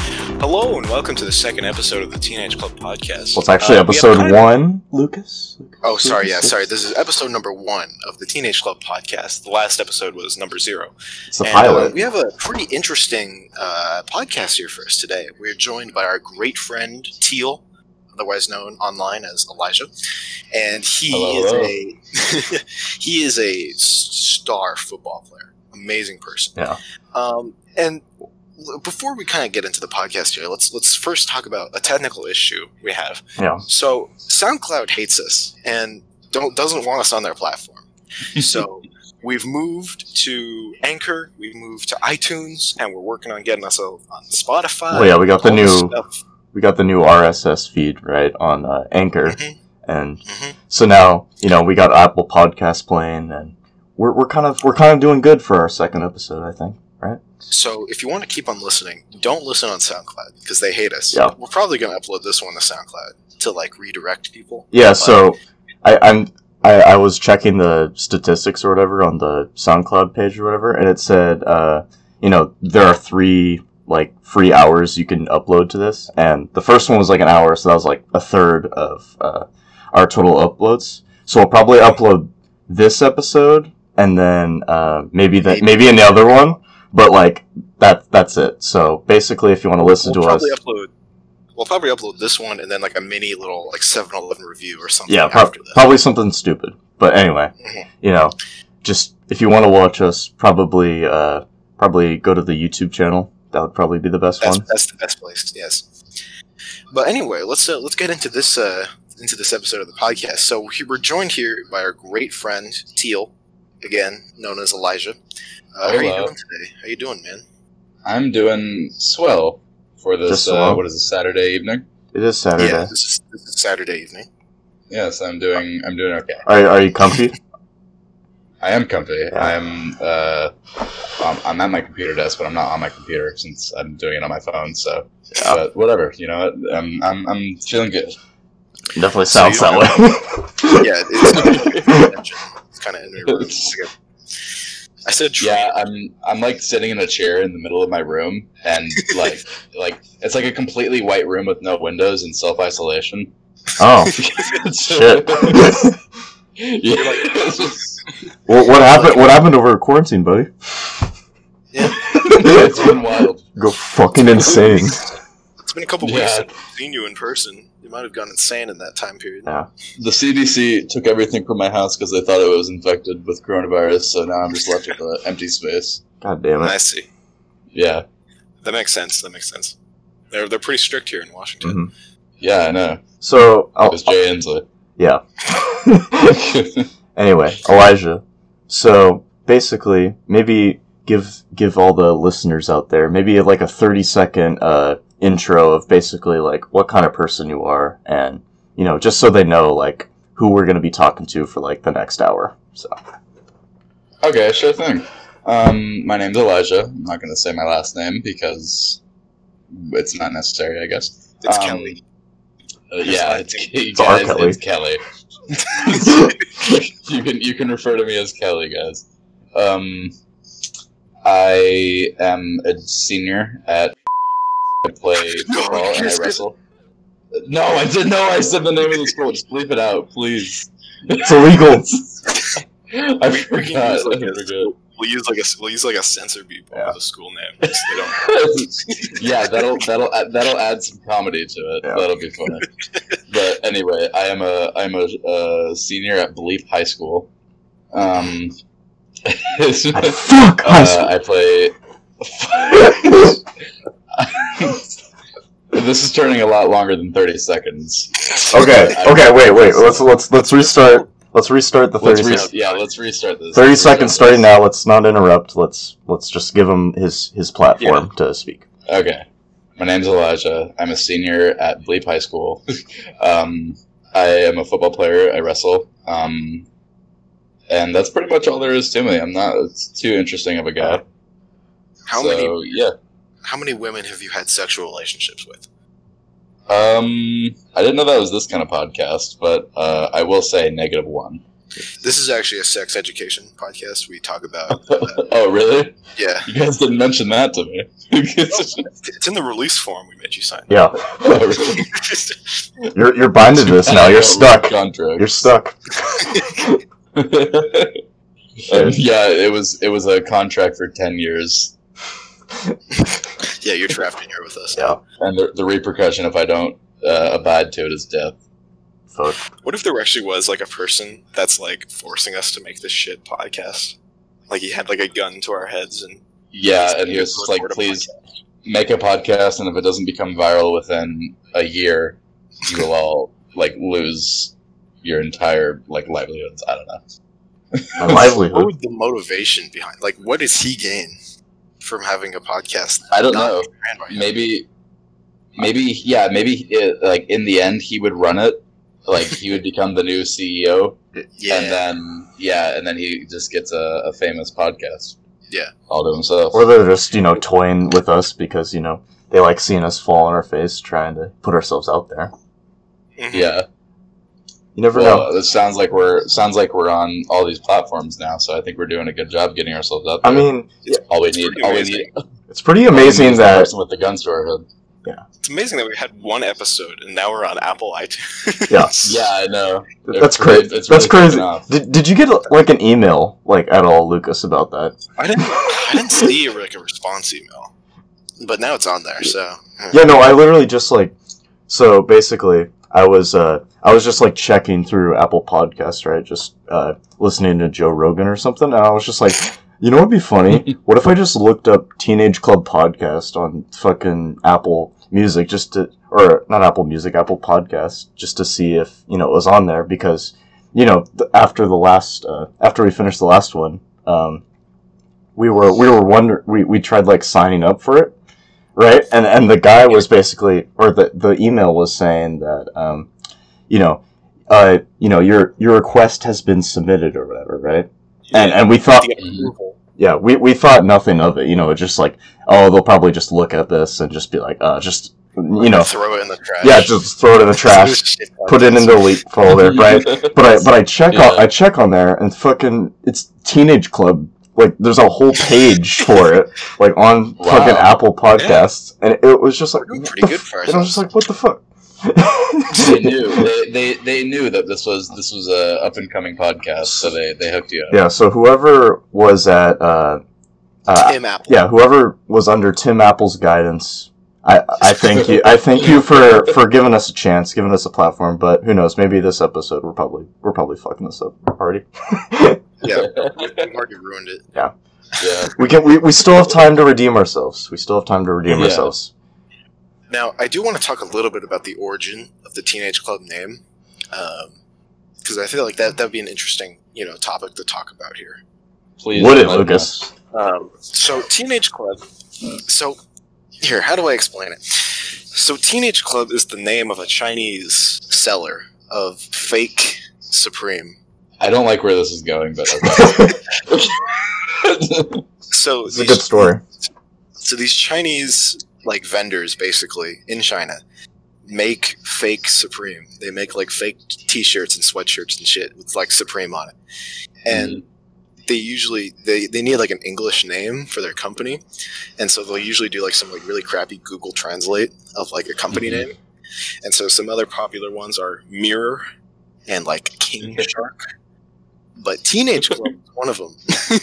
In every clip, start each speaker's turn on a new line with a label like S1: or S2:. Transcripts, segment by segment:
S1: Hello and welcome to the second episode of the Teenage Club podcast.
S2: Well, it's actually
S1: Uh, we have
S2: episode
S1: kind of-
S2: one, Lucas.
S1: Oh, sorry, yeah, sorry. This is episode number one of the Teenage Club podcast. The last episode was number zero.
S2: It's the
S1: And, uh,
S2: pilot.
S1: we have a pretty interesting uh, podcast here for us today. We're joined by our great friend Teal, otherwise known online as Elijah, and he
S3: Hello,
S1: is
S3: hello.
S1: a he is a s- star football player, amazing person.
S2: Yeah.
S1: Um, and l- before we kind of get into the podcast here, let's let's first talk about a technical issue we Uh, have.
S2: Yeah.
S1: So SoundCloud hates us and don't doesn't want us on their platform. So we've moved to Anchor, we've moved to iTunes, and we're working on getting us on on Spotify.
S2: Well, yeah, we got the
S1: all this
S2: new
S1: stuff.
S2: we got the new RSS feed right on uh, Anchor,
S1: Mhm,
S2: and
S1: mhm.
S2: so now you know we got Apple Podcast playing, and we're we're kind of we're kind of doing good for our second episode, I think. Right?
S1: So if you want to keep on listening, don't listen on SoundCloud because they hate us.
S2: Yeah.
S1: We're probably going to upload this one to SoundCloud to like redirect people.
S2: Yeah. So I, I'm I, I was checking the statistics or whatever on the SoundCloud page or whatever, and it said uh, you know there are three like free hours you can upload to this, and the first one was like an hour, so that was like a third of uh, our total uploads. So we'll probably upload this episode and then uh, maybe that maybe another one, but like that that's it. So basically, if you want to listen
S1: We'll
S2: to us,
S1: probably upload. We'll probably upload this one and then like a mini little like 7-Eleven review or something.
S2: yeah, prob-
S1: after this.
S2: probably something stupid. But anyway,
S1: Mhm.
S2: you know, just if you want to watch us, probably uh, probably go to the YouTube channel. That would probably be the best
S1: That's,
S2: one.
S1: that's the best place. Yes. But anyway, let's uh, let's get into this uh, into this episode of the podcast. So we we're joined here by our great friend Teal, again known as Elijah. Uh, how are you
S3: Hello.
S1: doing today? How you doing, man?
S3: I'm doing swell for
S2: Just
S3: this. Uh,
S2: swell?
S3: what is it, Saturday evening?
S2: It is Saturday.
S1: Yeah, this is, this is Saturday evening.
S3: Yes, I'm doing. I'm doing okay.
S2: Are, are you comfy?
S3: I am comfy.
S2: Yeah.
S3: I'm. Uh, I'm, I'm at my computer desk, but I'm not on my computer since I'm doing it on my phone. So,
S2: Yeah.
S3: but whatever. You know, what? I'm. I'm. I'm feeling good.
S2: Definitely
S1: So you
S2: sounds that way.
S1: Yeah, it's, it's kind of in your room. I said, true.
S3: Yeah, I'm. I'm like sitting in a chair in the middle of my room, and like, like it's like a completely white room with no windows and self isolation.
S2: oh shit!
S3: yeah,
S2: what, what happened? What happened over quarantine, buddy?
S3: it's been wild.
S2: Go fucking insane.
S1: it's been a couple weeks
S3: Yeah.
S1: since I've seen you in person. You might have gone insane in that time period.
S2: Yeah.
S3: The CDC took everything from my house because they thought it was infected with coronavirus, so now I'm just left with an empty space.
S2: God damn
S1: I
S2: it!
S1: see.
S3: Yeah,
S1: That makes sense. That makes sense. They're they're pretty strict here in Washington.
S2: Mhm.
S3: yeah, I know.
S2: So,
S3: It
S2: oh,
S3: was Jay Inslee.
S2: yeah. anyway, Elijah. So basically, maybe give give all the listeners out there maybe like a thirty second uh, intro of basically like what kind of person you are, and you know, just so they know like who we're gonna be talking to for like the next hour. So
S3: okay, sure thing. Um, my name's Elijah. I'm not going to say my last name because it's not necessary, I guess.
S1: It's
S3: Um,
S1: Kelly.
S3: uh, yeah, it's,
S1: It's
S2: our
S3: yeah, it's- It's Kelly. you can you can refer to me as Kelly, guys. Um, I am a senior at. I play football and I wrestle. No, I didn't know I said the name of the school. Just bleep it out, please.
S2: it's illegal.
S3: I
S1: We, we can
S3: forgot.
S1: use like
S3: I
S1: a,
S3: forgot.
S1: we'll use like a we'll use like a censor beep
S2: Yeah.
S1: over the school name. so they don't-
S3: yeah, that'll that'll add- that'll add some comedy to it.
S2: Yeah.
S3: That'll be funny. but anyway, I am a I'm a, uh senior at Bleep High School. Um,
S2: I- fuck high
S3: Uh,
S2: school.
S3: I play. this is turning a lot longer than thirty seconds.
S2: Okay, okay, wait, wait. Let's let's let's restart. Let's restart the
S3: Let's
S2: thirty
S3: re-
S2: seconds.
S3: yeah, let's restart this.
S2: 30
S3: Let's
S2: seconds
S3: restart
S2: starting now let's not interrupt let's let's just give him his his platform to speak
S3: this. Okay, my name's Elijah. I'm a senior at Bleep High School. um, I am a football player. I wrestle. Um, and that's pretty much all there is to me. I'm not it's too interesting of a guy.
S1: How
S3: so,
S1: many
S3: Yeah.
S1: how many women have you had sexual relationships with?
S3: Um, I didn't know that was this kind of podcast, but uh, I will say negative one.
S1: This is actually a sex education podcast. We talk about uh,
S3: oh, really?
S1: yeah,
S3: You guys didn't mention that to me.
S1: it's in the release form we made you sign.
S2: Yeah,
S3: Oh, really?
S2: you're you're binded to this now. You're stuck.
S3: Contract.
S2: You're stuck.
S3: Um, yeah, it was it was a contract for ten years,
S1: yeah, you're trapped in here with us.
S2: Yeah.
S3: and the, the repercussion if I don't uh, abide to it is death.
S2: Fuck.
S1: What if there actually was like a person that's like forcing us to make this shit podcast? Like he had like a gun to our heads and
S3: Yeah,
S1: Please
S3: and he was
S1: do
S3: just
S1: a
S3: like,
S1: recorded
S3: please make a podcast, and if it doesn't become viral within a year, you will all like lose your entire like livelihoods. I don't know.
S2: My
S1: what
S2: livelihood.
S1: would the motivation behind like what does he gain from having a podcast?
S3: I don't
S1: Not
S3: know.
S1: ran by him?
S3: Maybe, maybe yeah, maybe uh like in the end he would run it. Like he would become the new CEO.
S1: Yeah,
S3: And then yeah, and then he just gets a, a famous podcast.
S1: Yeah.
S3: All to himself.
S2: Or they're just you know toying with us because you know they like seeing us fall on our face, trying to put ourselves out there.
S1: Mhm.
S3: yeah.
S2: You never know.
S3: Well, it sounds like we're sounds like we're on all these platforms now, so I think we're doing a good job getting ourselves out
S2: I
S3: there.
S2: mean,
S3: all we
S1: It's
S3: need
S1: pretty
S3: all we
S1: amazing.
S3: need
S2: it's pretty amazing
S3: is the
S2: that
S3: person with the gun to our head.
S1: It's amazing that we had one episode and now we're on Apple iTunes.
S2: Yeah.
S3: Yeah, I know.
S2: that's
S3: It's really-
S2: crazy.
S3: it's
S2: That's
S3: really taken
S2: crazy.
S3: off.
S2: Did, did you get like an email like at all, Lucas, about that?
S1: I didn't I didn't see like a response email. But now it's on there, so hmm.
S2: Yeah, no, I literally just like so basically I was uh I was just like checking through Apple Podcasts, right? Just uh listening to Joe Rogan or something, and I was just like, you know what'd be funny? what if I just looked up Teenage Club Podcast on fucking Apple Music just to or not Apple Music, Apple Podcast, just to see if, you know, it was on there because you know, th- after the last uh after we finished the last one, um we were we were wonder we, we tried like signing up for it right and and the guy was basically or the the email was saying that um you know uh you know your your request has been submitted or whatever right and and we thought yeah we, we thought nothing of it you know it's just like oh they'll probably just look at this and just be like uh just you know
S1: throw it in the trash.
S2: yeah just throw it in the trash
S1: Shit
S2: put it in the leak folder right but I but I check
S3: Yeah.
S2: on I check on there and fucking it's teenage club. Like there's a whole page for it, like on
S3: Wow.
S2: fucking Apple Podcasts, and it was just like
S1: We're doing
S2: what
S1: pretty
S2: the
S1: good
S2: f-
S1: for
S2: and I was just
S1: ourselves.
S2: like, what the fuck?
S3: they knew they, they they knew that this was this was a up and coming podcast, so they, they hooked you up.
S2: yeah, so whoever was at uh, uh,
S1: Tim Apple.
S2: yeah, whoever was under Tim Apple's guidance, I, I thank you. I thank you for, for giving us a chance, giving us a platform. But who knows? Maybe this episode we're probably we're probably fucking this up already.
S1: Yeah. We've already ruined it.
S3: yeah.
S2: We can. We, we still have time to redeem ourselves. We still have time to redeem
S3: Yeah.
S2: ourselves.
S1: Now, I do want to talk a little bit about the origin of the Teenage Club name, because I feel like that that would be an interesting you know topic to talk about here.
S3: Please
S2: Would it,
S3: let
S2: Lucas?
S1: Um, so, Teenage Club. So, here, how do I explain it? So, Teenage Club is the name of a Chinese seller of fake Supreme.
S3: I don't like where this is going, but okay.
S1: So
S2: It's a
S1: these-
S2: good story.
S1: so these Chinese like vendors basically in China make fake Supreme. They make like fake T-shirts and sweatshirts and shit with like Supreme on it, and they usually they, they need like an English name for their company, and so they'll usually do like some like really crappy Google Translate of like a company
S3: Mhm.
S1: name, and so some other popular ones are Mirror and like King
S3: Mm-hmm.
S1: Shark, but Teenage Club is one of them.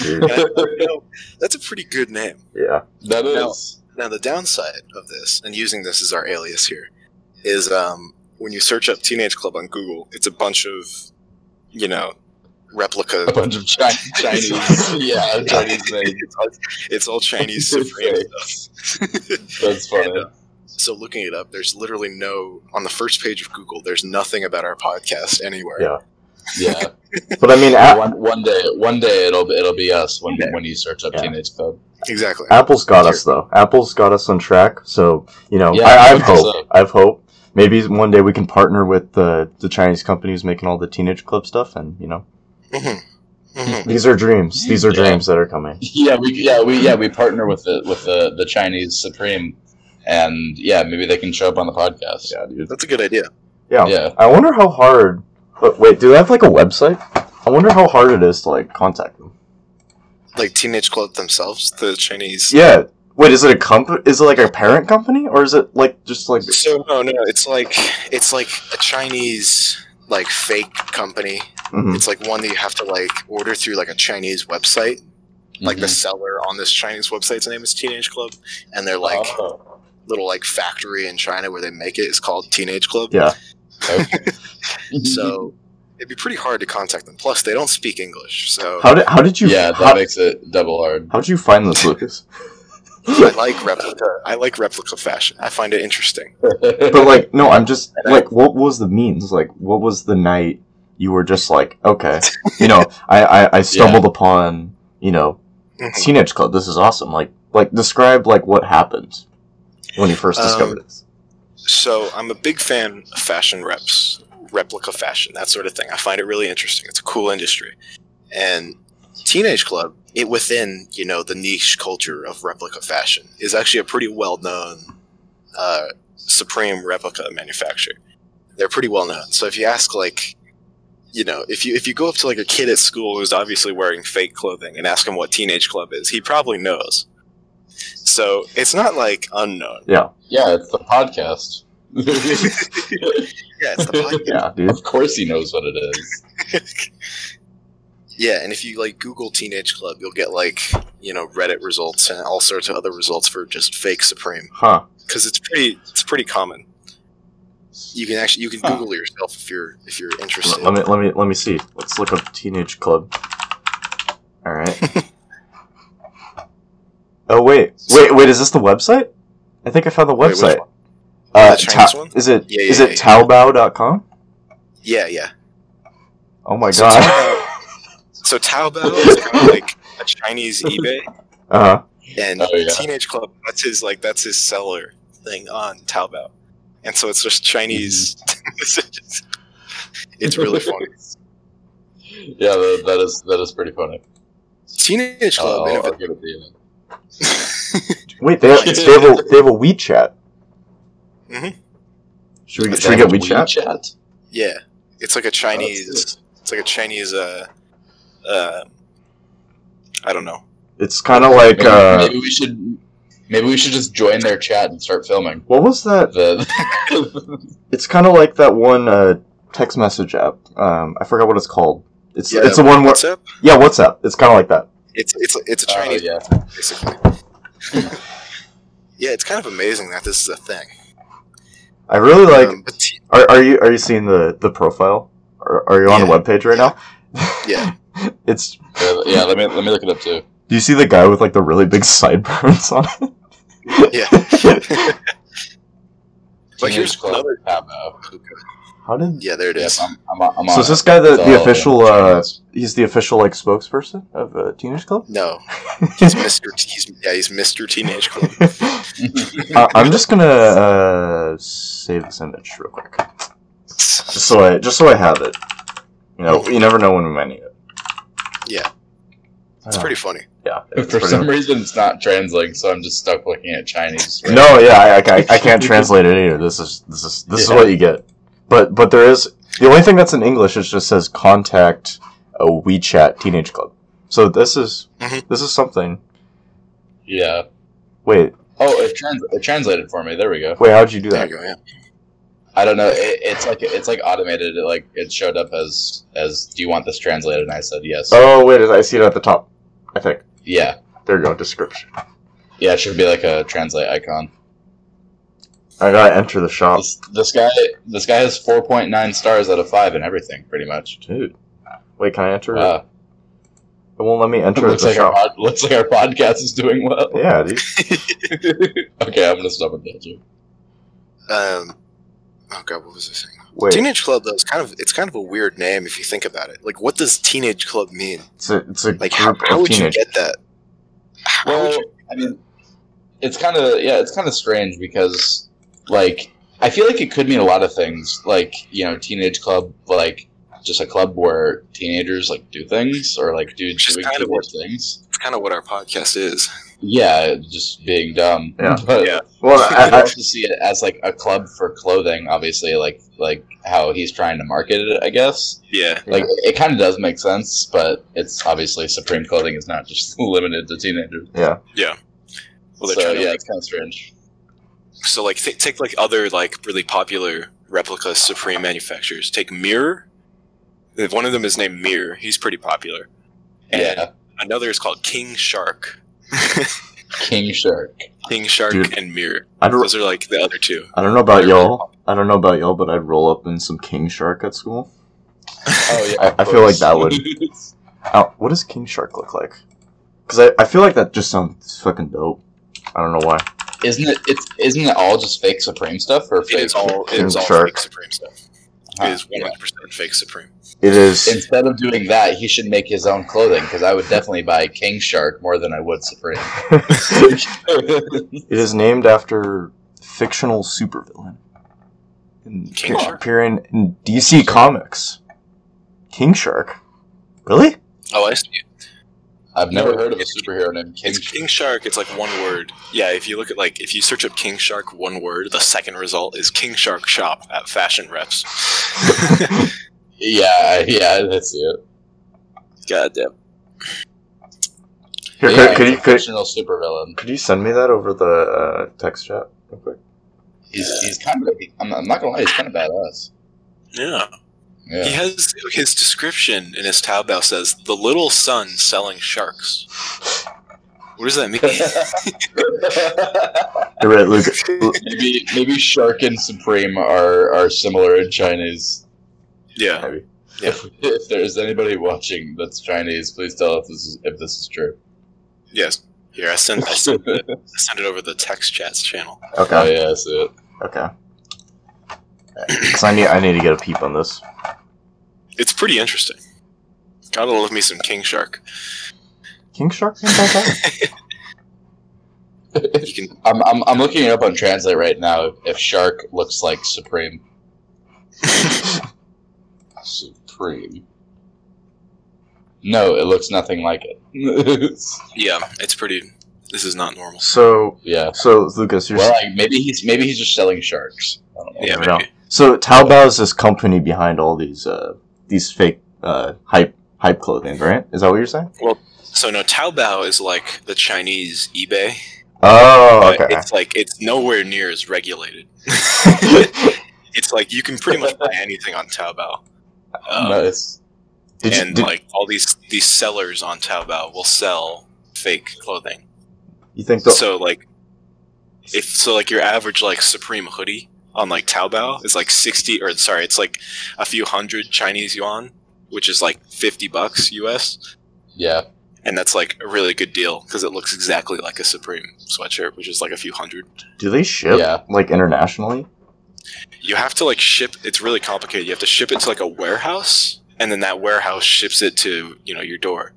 S1: And I don't know, that's a pretty good name.
S2: Yeah.
S3: that
S1: No.
S3: is
S1: Now, the downside of this, and using this as our alias here, is um, when you search up Teenage Club on Google, it's a bunch of, you know,
S3: a
S1: replica.
S3: bunch of Chi- Chinese. yeah, Chinese name.
S1: it's, all, it's all Chinese Supreme stuff.
S3: That's funny.
S1: so, looking it up, there's literally no, on the first page of Google, there's nothing about our podcast anywhere.
S2: Yeah.
S3: Yeah,
S2: But I mean, a-
S3: one, one day, one day it'll it'll be us when when you search up
S2: Yeah.
S3: Teenage Club.
S1: Exactly.
S2: Apple's got us though. Apple's got us on track. So you know,
S3: Yeah, uh,
S2: I, I have
S3: I
S2: hope.
S3: hope
S2: I have hope. Maybe one day we can partner with the the Chinese companies making all the teenage club stuff, and you know,
S1: Mhm. Mhm.
S2: these are dreams. These are
S3: Yeah.
S2: dreams that are coming.
S3: Yeah, we yeah we yeah we partner with the with the the Chinese Supreme, and yeah maybe they can show up on the podcast. Oh,
S2: Yeah, dude.
S1: That's a good idea.
S2: Yeah.
S3: Yeah.
S2: I wonder how hard But wait, do they have like a website? I wonder how hard it is to like contact them.
S1: Like Teenage Club themselves, the Chinese.
S2: Yeah. Wait, is it a comp? Is it like a parent company, or is it like just like
S1: So no, no, it's like it's like a Chinese like fake company.
S2: Mhm.
S1: It's like one that you have to like order through like a Chinese website. Like the
S3: Mhm.
S1: seller on this Chinese website's name is Teenage Club, and their like
S3: Oh,
S1: little like factory in China where they make it is called Teenage Club.
S2: yeah?
S3: okay.
S1: So it'd be pretty hard to contact them. Plus, they don't speak English, so
S2: How did how did you
S3: yeah, that
S2: how,
S3: makes it double hard.
S2: how did you find this, Lucas?
S1: I like replica. I like replica fashion. I find it interesting.
S2: but like no i'm just like what was the means like what was the night you were just like okay you know i i, I stumbled upon you know
S1: Mm-hmm.
S2: teenage club this is awesome like like describe like what happened when you first
S1: Um,
S2: discovered this
S1: So I'm a big fan of fashion reps, replica fashion, that sort of thing. I find it really interesting. It's a cool industry, and Teenage Club, it within you know the niche culture of replica fashion is actually a pretty well known uh, supreme replica manufacturer. They're pretty well known. So if you ask like you know, if you if you go up to like a kid at school who's obviously wearing fake clothing and ask him what teenage club is, he probably knows. So it's not like unknown.
S3: yeah, it's the podcast.
S1: Yeah, it's the podcast.
S2: yeah dude
S3: of course, he knows what it is.
S1: Yeah, and if you like Google Teenage Club, you'll get like you know Reddit results and all sorts of other results for just fake Supreme
S2: huh
S1: because it's pretty it's pretty common. You can actually you can
S3: Huh.
S1: Google it yourself if you're if you're
S2: let,
S1: interested.
S2: let me let me let me see let's look up teenage club all right oh wait wait wait is this the website i think i found the
S1: Wait, which
S2: website
S1: one?
S2: uh,
S1: The Chinese
S2: Tao-
S1: one?
S2: is it
S1: Yeah,
S2: is
S1: yeah,
S2: it
S1: yeah.
S2: taobao.com
S1: Yeah, yeah.
S2: oh my
S1: So
S2: god
S1: So Taobao is kind of like a Chinese eBay,
S2: Uh-huh.
S1: and
S3: Oh, yeah.
S1: Teenage Club that's his like that's his seller thing on Taobao, and so it's just Chinese
S2: Mm-hmm.
S1: messages. It's really funny.
S3: Yeah, that, that is that is pretty funny.
S1: Teenage Club.
S3: I'll,
S1: innovated-
S3: I'll,
S2: Oh,
S3: I'll give it to you. then.
S2: Wait, they have, they have a they have a WeChat.
S1: Mhm.
S2: Should we
S3: Is
S2: get, should we
S3: that
S2: get WeChat?
S3: WeChat?
S1: Yeah, it's
S3: Oh,
S1: like a Chinese. it's like a Chinese. Uh, uh, I don't know.
S2: It's kind of like
S3: Maybe,
S2: uh,
S3: maybe we should maybe we should just join their chat and start filming.
S2: what was that?
S3: The
S2: It's kind of like that one uh, text message app. Um, I forgot what it's called. It's
S1: Yeah,
S2: it's the one where
S1: What's up?
S2: yeah WhatsApp. It's kind of like that.
S1: It's it's it's a
S3: Oh,
S1: Chinese
S3: yeah.
S1: basically. yeah, it's kind of amazing that this is a thing.
S2: I really like.
S1: Um, but t-
S2: Are, are you are you seeing the the profile? Are, are you on the
S1: Yeah.
S2: webpage right now?
S1: yeah,
S2: It's.
S3: yeah, yeah, let me let me look it up too.
S2: Do you see the guy with like the really big sideburns on it?
S1: yeah. But
S3: Teenage
S1: here's
S3: Club
S1: another-
S3: Taobao.
S2: How did?
S1: Yeah, there it
S3: Yep,
S1: is.
S3: I'm, I'm, on- I'm
S2: So
S3: on
S2: is
S3: it.
S2: this guy the,
S3: It's all
S2: the
S3: in
S2: official? Uh,
S3: Chinese.
S2: he's the official like spokesperson of uh, Teenage Club.
S1: No, he's Mr. T- he's yeah, he's Mr. Teenage Club.
S2: I- I'm just gonna uh, save this image real quick, just so I just so I have it. You know, you never know when we might need it.
S1: Yeah. It's
S3: Oh.
S2: Uh,
S1: pretty funny.
S2: Yeah. it's
S3: For
S2: pretty-
S3: some reason, it's not translating, so I'm just stuck looking at Chinese. right?
S2: no, yeah, I, I, ca- I can't translate it either. This is this is this is
S3: Yeah.
S2: what you get. But but there is the only thing that's in English is just says contact a WeChat Teenage Club. So this is
S3: Mm-hmm.
S1: Mhm.
S2: this is something.
S3: Yeah.
S2: Wait
S3: Oh, it, trans- it translated for me. There we go.
S2: wait, how'd you do
S1: There
S2: that?
S1: you go. Yeah.
S3: I don't know. It, it's like it's like automated. It like it showed up as as Do you want this translated? And I said yes.
S2: Oh wait, I see it at the top. I think
S3: Yeah,
S2: there you go. Description.
S3: yeah. It should be like a translate icon.
S2: I gotta enter the shop.
S3: This, this guy, this guy has four point nine stars out of five in everything, pretty much.
S2: Dude. Wait, can I enter? it?
S3: Wow.
S2: It won't let me enter
S3: Uh, looks
S2: the
S3: like our
S2: shop.
S3: pod, looks like our podcast is doing well.
S2: Yeah, dude.
S3: okay, I'm gonna stop with that too.
S1: Um, oh god, what was I saying?
S2: Wait,
S1: Teenage Club though, it's kind of it's kind of a weird name if you think about it. Like, what does Teenage Club mean?
S2: it's a, it's a
S1: Like, how,
S2: group
S1: how
S2: of
S1: would you
S2: teenagers.
S1: get that? How would
S3: Well,
S1: you-
S3: I mean, it's kind of yeah, it's kind of strange because like I feel like it could mean a lot of things, like you know, teenage club, like just a club where teenagers like do things or like do
S1: Which is
S3: doing
S1: kind of
S3: teenage things.
S1: it's kind of what our podcast is.
S3: yeah, just being dumb.
S2: Yeah.
S3: But
S1: Yeah.
S2: Well, I,
S3: I
S2: I,
S3: also see it as like a club for clothing, obviously, like like how he's trying to market it, I guess.
S1: Yeah.
S3: Like it kind of does make sense, but it's obviously Supreme clothing is not just limited to teenagers.
S1: Well, they're
S3: so
S1: trying to,
S3: yeah,
S1: like-
S3: it's kind of strange.
S1: so like th- take like other like really popular replica Supreme manufacturers. Take Mirror. Uh, One of them is named Mirror. He's pretty popular. And
S3: Yeah,
S1: Another is called King Shark.
S3: King Shark.
S1: King Shark
S2: Dude.
S1: and Mirror.
S2: I'd,
S1: Those are like the other two.
S2: I don't know about y'all. I don't know about y'all, but I'd roll up in some king shark at school.
S3: Oh yeah,
S2: I-
S3: of
S2: I feel like
S3: course.
S2: that would- Ow, what does king shark look like? Because I, I feel like that just sounds fucking dope. I don't know why.
S3: isn't it? It's isn't it all just fake Supreme stuff or fake? Ah,
S1: It's all it's all
S2: Shark.
S1: fake Supreme stuff.
S3: Huh,
S1: It is one hundred percent fake Supreme.
S2: It is.
S3: Instead of doing that, he should make his own clothing because I would definitely buy King Shark more than I would Supreme.
S2: It is named after fictional supervillain in,
S1: King
S2: appear-
S1: Shark?
S2: appearing in DC Comics. King Shark, really?
S1: Oh, I see.
S3: I've never heard of a superhero named King
S1: It's
S3: Shark.
S1: King Shark. It's like one word. Yeah, if you look at like if you search up King Shark one word, the second result is King Shark shop at Fashion Reps.
S3: Yeah, I- yeah, that's it.
S1: God damn.
S2: Here,
S3: yeah,
S2: could, could
S3: he's
S2: you
S3: a
S2: could,
S3: fictional supervillain.
S2: could you send me that over the uh, text chat real quick?
S3: He's he's kind of. I'm, I'm not gonna lie, he's kind of badass.
S1: Yeah. He
S3: Yeah,
S1: has his description in his Taobao says the little son selling sharks. What does that mean?
S2: You're right, Luke.
S3: maybe maybe Shark and Supreme are are similar in Chinese.
S1: yeah.
S2: Maybe.
S3: If, if there is anybody watching that's Chinese, please tell if this is if this is true.
S1: Yes. Here I send I send, it,
S3: oh
S1: I send it over the text chats channel.
S2: Okay,
S3: yeah, that's it.
S2: okay. Because I need I need to get a peep on this.
S1: It's pretty interesting. Gotta love me some King Shark.
S2: King Shark named after that?
S1: You can
S3: I'm, I'm I'm looking it up on Translate right now. If Shark looks like Supreme, Supreme. No, it looks nothing like it.
S1: Yeah, it's pretty this is not normal.
S2: So
S3: yeah.
S2: so Lucas, you're
S3: Well, like, maybe he's maybe he's just selling sharks. I don't know.
S1: Yeah,
S2: No.
S1: maybe.
S2: So Taobao is this company behind all these uh, these fake uh, hype hype clothing, right? Is that what you're saying?
S1: So no, Taobao is like the Chinese eBay.
S2: Oh,
S1: but
S2: okay.
S1: It's like it's nowhere near as regulated. it's like you can pretty much buy anything on Taobao. Um,
S3: Nice.
S2: Did you,
S1: and
S2: did,
S1: like all these these sellers on Taobao will sell fake clothing.
S2: you think the,
S1: so like if so like your average like Supreme hoodie on like Taobao is like 60 or sorry, it's like a few hundred Chinese yuan, which is like 50 bucks US,
S3: Yeah,
S1: and that's like a really good deal cuz it looks exactly like a Supreme sweatshirt, which is like a few hundred.
S2: do they ship
S3: Yeah.
S2: like internationally?
S1: You have to like ship it's really complicated. You have to ship it to like a warehouse and then that warehouse ships it to, you know, your door.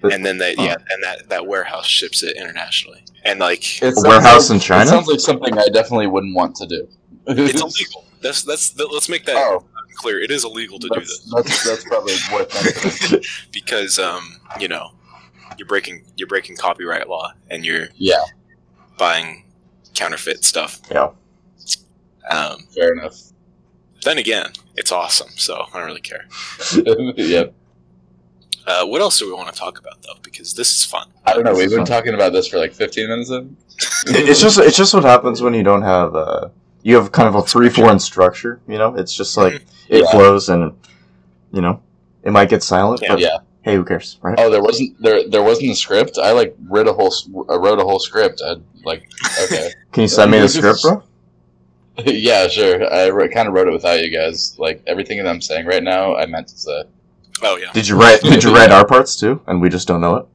S2: But-
S1: and then that yeah, and that that warehouse ships it internationally. And like
S2: A warehouse in
S3: It
S2: China?
S3: sounds like something I definitely wouldn't want to do.
S1: it's illegal. That's that's that, let's make that
S3: oh,
S1: clear. It is illegal to do
S3: that's,
S1: this
S3: that's that's probably worth mentioning.
S1: because um, you know, you're breaking you're breaking copyright law and you're
S3: Yeah.
S1: buying counterfeit stuff.
S2: Yeah.
S1: Um,
S3: Fair enough.
S1: then again, it's awesome, so I don't really care.
S3: yep.
S1: Uh, what else do we want to talk about though? Because this is fun.
S3: I don't know. We've been
S2: Fun.
S3: talking about this for like 15 minutes. Then.
S2: It- it's just it's just what happens when you don't have uh, you have kind of a free form structure. You know, it's just like
S1: Mm-hmm.
S2: it
S3: Yeah.
S2: flows and you know it might get silent,
S1: Yeah.
S2: but
S3: Yeah.
S2: hey, who cares, right?
S3: Oh, there wasn't there there wasn't a script. I like read a whole s- I wrote a whole script. I like okay.
S2: Can you send me the script, bro?
S3: yeah, sure. I kind of wrote it without you guys. Like everything that I'm saying right now, I meant to say.
S1: Oh yeah,
S2: Did you write Did you write our parts too, and we just don't know it?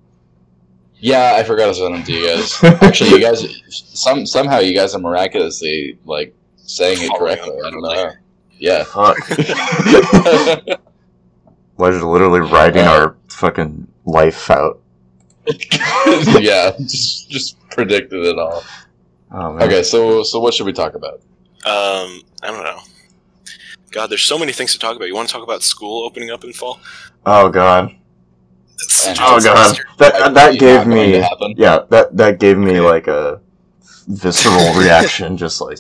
S3: Yeah, I forgot to send them to you guys. Actually, you guys some somehow you guys are miraculously like saying it
S1: Following
S3: correctly.
S1: up
S3: I don't
S1: on
S3: know. How. Yeah.
S2: Fuck. We're just literally writing our fucking life out.
S3: yeah, just just predicted it all.
S2: Oh, man.
S3: Okay, so so what should we talk about?
S1: um, I don't know. God, there's so many things to talk about. You want to talk about school opening up in fall?
S2: Oh god.
S1: That's-
S3: Oh,
S1: that's-
S2: God.
S3: I
S2: That that
S3: believe not
S2: gave
S3: going
S2: me
S3: to happen.
S2: yeah that that gave me like a visceral reaction just like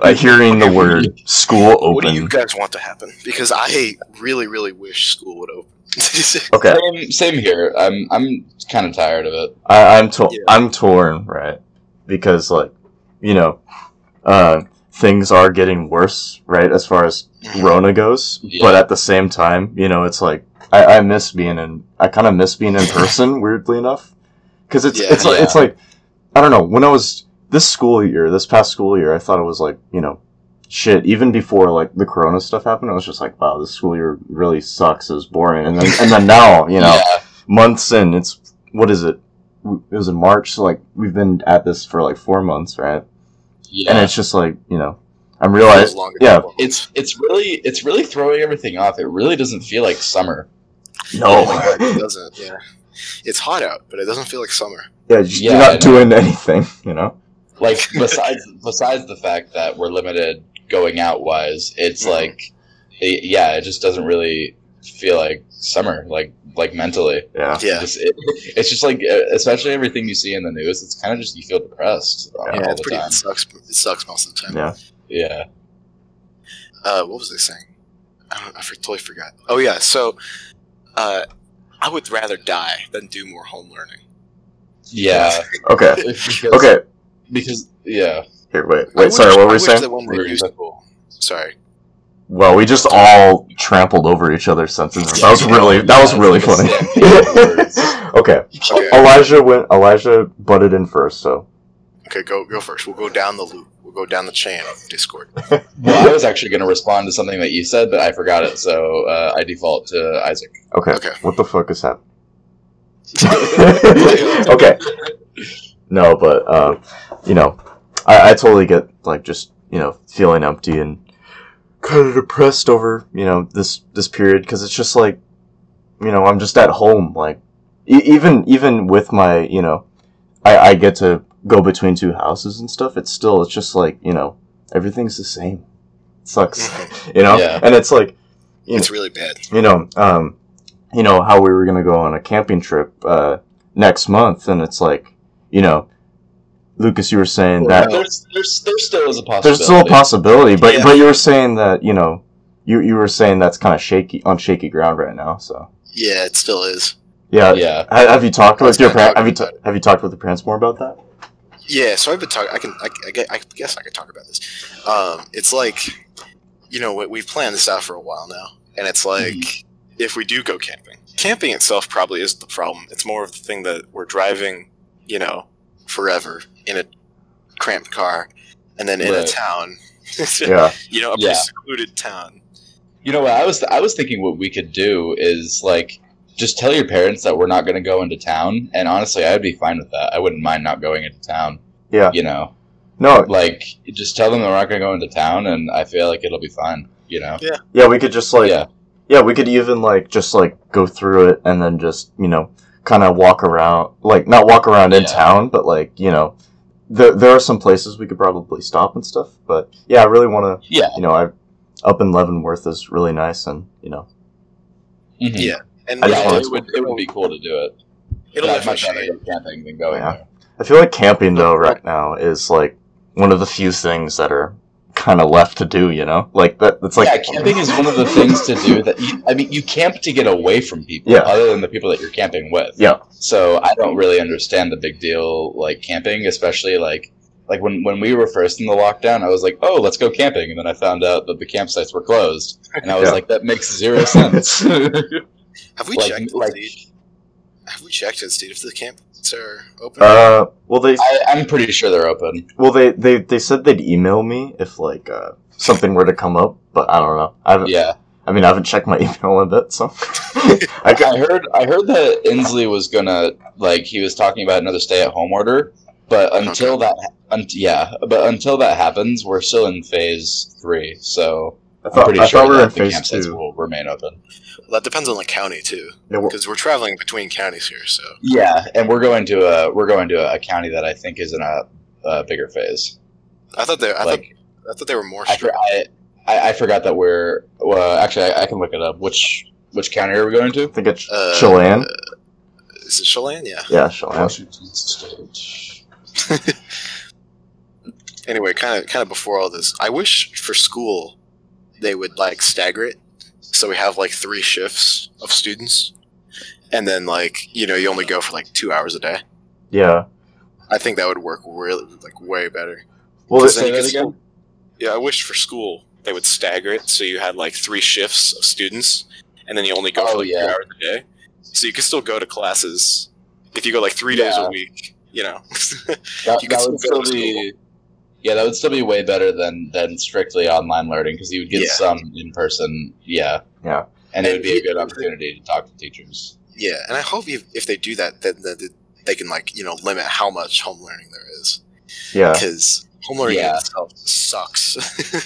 S2: uh, hearing the word school
S1: What do you
S2: open.
S1: guys want to happen? Because I really, really wish school would open.
S2: Okay,
S3: Same, same here. I'm I'm kind of tired of it.
S2: I, I'm to-
S1: Yeah.
S2: I'm torn, right? Because like, you know, uh, things are getting worse, right? As far as Rona goes,
S3: Yeah.
S2: but at the same time, you know, it's like I, I miss being in. I kind of miss being in person, weirdly enough, because it's
S1: Yeah.
S2: it's like it's like I don't know. When I was this school year, this past school year, I thought it was like you know, shit. Even before like the Corona stuff happened, I was just like, wow, this school year really sucks. It was boring, and then and then now, you know,
S3: Yeah.
S2: months in, it's what is it? W- It was in March, so like we've been at this for like four months, right?
S3: yeah.
S2: And it's just like you know, I'm
S1: Feels
S2: realized.
S1: longer
S2: yeah.
S1: than one.
S3: it's it's really it's really throwing everything off. It really doesn't feel like summer.
S2: No,
S1: Oh it doesn't. Yeah, it's hot out, but it doesn't feel like summer.
S2: Yeah, just,
S3: Yeah,
S2: you're
S3: I know.
S2: not doing anything, you know?
S3: Like besides besides the fact that we're limited going out wise, it's
S1: Mhm.
S3: like it, yeah, it just doesn't really feel like summer. Like like mentally,
S2: Yeah.
S1: Yeah,
S3: Just- it- it's just like uh, especially everything you see in the news. It's kind of just you feel depressed all,
S1: yeah,
S3: all
S1: it's
S3: the
S1: pretty.
S3: time.
S1: It sucks. It sucks most of the time.
S2: Yeah.
S3: Yeah,
S1: uh, what was I saying? I, don't, I for- totally forgot. Oh yeah, so uh, I would rather die than do more home learning.
S3: yeah.
S2: Okay.
S3: because,
S2: Okay.
S3: because yeah,
S2: Here, wait.
S1: I
S2: Wait,
S1: wish-
S2: sorry,
S1: I
S2: what were we
S1: wish
S2: saying?
S1: that when we
S3: We're
S1: used-
S3: gonna-
S1: Sorry.
S2: Well, we just all trampled over each other's sentences. That was really that was really funny. okay.
S1: Okay.
S2: Elijah went Elijah butted in first, so
S1: Okay, go go first. We'll go down the loop. We'll go down the chain of Discord.
S3: Well, I was actually going to respond to something that you said, but I forgot it, so uh, I default to Isaac.
S2: okay.
S1: Okay.
S2: What the fuck is happening? okay. No, but um, you know, I, I totally get like just you know feeling empty and kind of depressed over you know this this period because it's just like you know I'm just at home like e- even even with my you know I, I get to go between two houses and stuff it's still it's just like you know everything's the same sucks you know
S3: Yeah.
S2: and it's like
S1: It's really bad.
S2: you know, um, you know how we were gonna go on a camping trip uh, next month, and it's like, you know, Lucas, you were saying that
S3: there's, there's, there still is a possibility.
S2: there's still a possibility, but
S1: Yeah.
S2: but you were saying that you know, you you were saying that's kind of shaky on shaky ground right now. So
S1: Yeah, it still is.
S2: yeah,
S3: Yeah.
S2: Ha- have you talked with
S1: Let's
S2: your
S1: not
S2: parents?
S1: talk
S2: Have you
S1: about
S2: ta- have you talked with the parents more about that?
S1: Yeah, so I've been talking. I can. I, I gue- I guess I could talk about this. Um, it's like, you know, we, we've planned this out for a while now, and it's like, if we do go camping, camping itself probably isn't the problem. It's more of the thing that we're driving, you know, forever in a cramped car, and then in a
S3: Right.
S1: town,
S2: Yeah,
S1: you know, a
S3: Yeah.
S1: pretty secluded town.
S3: You know what? I was, I was thinking what we could do is, like, just tell your parents that we're not going to go into town. And honestly, I would be fine with that. I wouldn't mind not going into town.
S2: Yeah.
S3: You know,
S2: no,
S3: like, just tell them that we're not going to go into town, and I feel like it'll be fine. You know?
S2: yeah, we could just like
S3: yeah.
S2: Yeah, we could even like just like go through it and then just you know kind of walk around, like not walk around in
S3: Yeah.
S2: town, but like you know, there there are some places we could probably stop and stuff. But yeah, I really want to.
S3: Yeah.
S2: You know, I up in Leavenworth is really nice, and you know,
S3: Mhm.
S1: Yeah, And
S2: I
S1: yeah,
S2: just
S3: Yeah,
S2: wanted
S3: it
S1: it'll,
S3: would, it would be cool to do it.
S1: it'll
S3: But I'd much rather
S1: definitely.
S3: go camping than going
S2: Yeah.
S3: there.
S2: I feel like camping though right now is like one of the few things that are kind of left to do. You know, like that. That's like
S3: yeah, camping is one of the things to do that you, I mean, you camp to get away from people
S2: Yeah.
S3: other than the people that you're camping with.
S2: Yeah.
S3: So I don't really understand the big deal like camping, especially like like when, when we were first in the lockdown, I was like, "Oh, let's go camping," and then I found out that the campsites were closed, and I was
S2: Yeah.
S3: like, "That makes zero sense."
S1: Have we
S3: like-
S1: checked?
S3: like-
S1: the state? Have we checked the state if the camps are open?
S2: Uh, well they
S3: I, I'm pretty sure they're open.
S2: well they they they said they'd email me if like uh something were to come up, but I don't know. I haven't
S3: Yeah,
S2: I mean, I haven't checked my email in a bit, so I
S3: I
S2: got
S3: heard I heard that Inslee was gonna like he was talking about another stay-at-home order, but until that un- yeah, but until that happens, we're still in phase three. So
S2: I
S3: I'm
S2: thought,
S3: pretty
S2: I
S3: sure
S2: thought we were in
S3: that the
S2: phase
S3: campsites
S2: two.
S3: will remain open.
S1: Well, that depends on the county too,
S2: Yeah, we're-
S1: because we're traveling between counties here. So
S3: Yeah, and we're going to a we're going to a county that I think is in a, a bigger phase.
S1: I thought they, I
S3: like
S1: thought, I thought they were more
S3: I, for-
S1: strict.
S3: I, I I forgot that we're well actually I, I can look it up which which county are we going to?
S2: I think it's
S1: Uh,
S2: Chilean.
S1: Is it Chelan? Yeah.
S2: Yeah, Shalane.
S3: Washington State.
S1: Anyway, kind of kind of before all this, I wish for school they would like stagger it, so we have like three shifts of students, and then like you know you only go for like two hours a day.
S2: Yeah.
S1: I think that would work really like way better.
S2: Well,
S1: Because
S2: it,
S1: then
S3: Say
S1: you
S3: that
S1: could-
S3: again?
S1: Yeah, I wish for school they would stagger it so you had like three shifts of students, and then you only go
S3: Oh,
S1: for like,
S3: yeah.
S1: three hours a day. So you could still go to classes if you go like three days
S3: Yeah.
S1: a week. You know,
S3: That,
S1: You could
S3: that would
S1: still go
S3: still
S1: to
S3: be. Yeah, that would still be way better than than strictly online learning because you would get
S1: Yeah.
S3: some in person. Yeah.
S2: Yeah.
S3: And it would be a
S1: And-
S3: good opportunity to talk to teachers.
S1: yeah. And I hope if, if they do that, that, that that they can like you know limit how much home learning there is
S2: yeah.
S1: because home learning
S3: Yeah.
S1: itself sucks.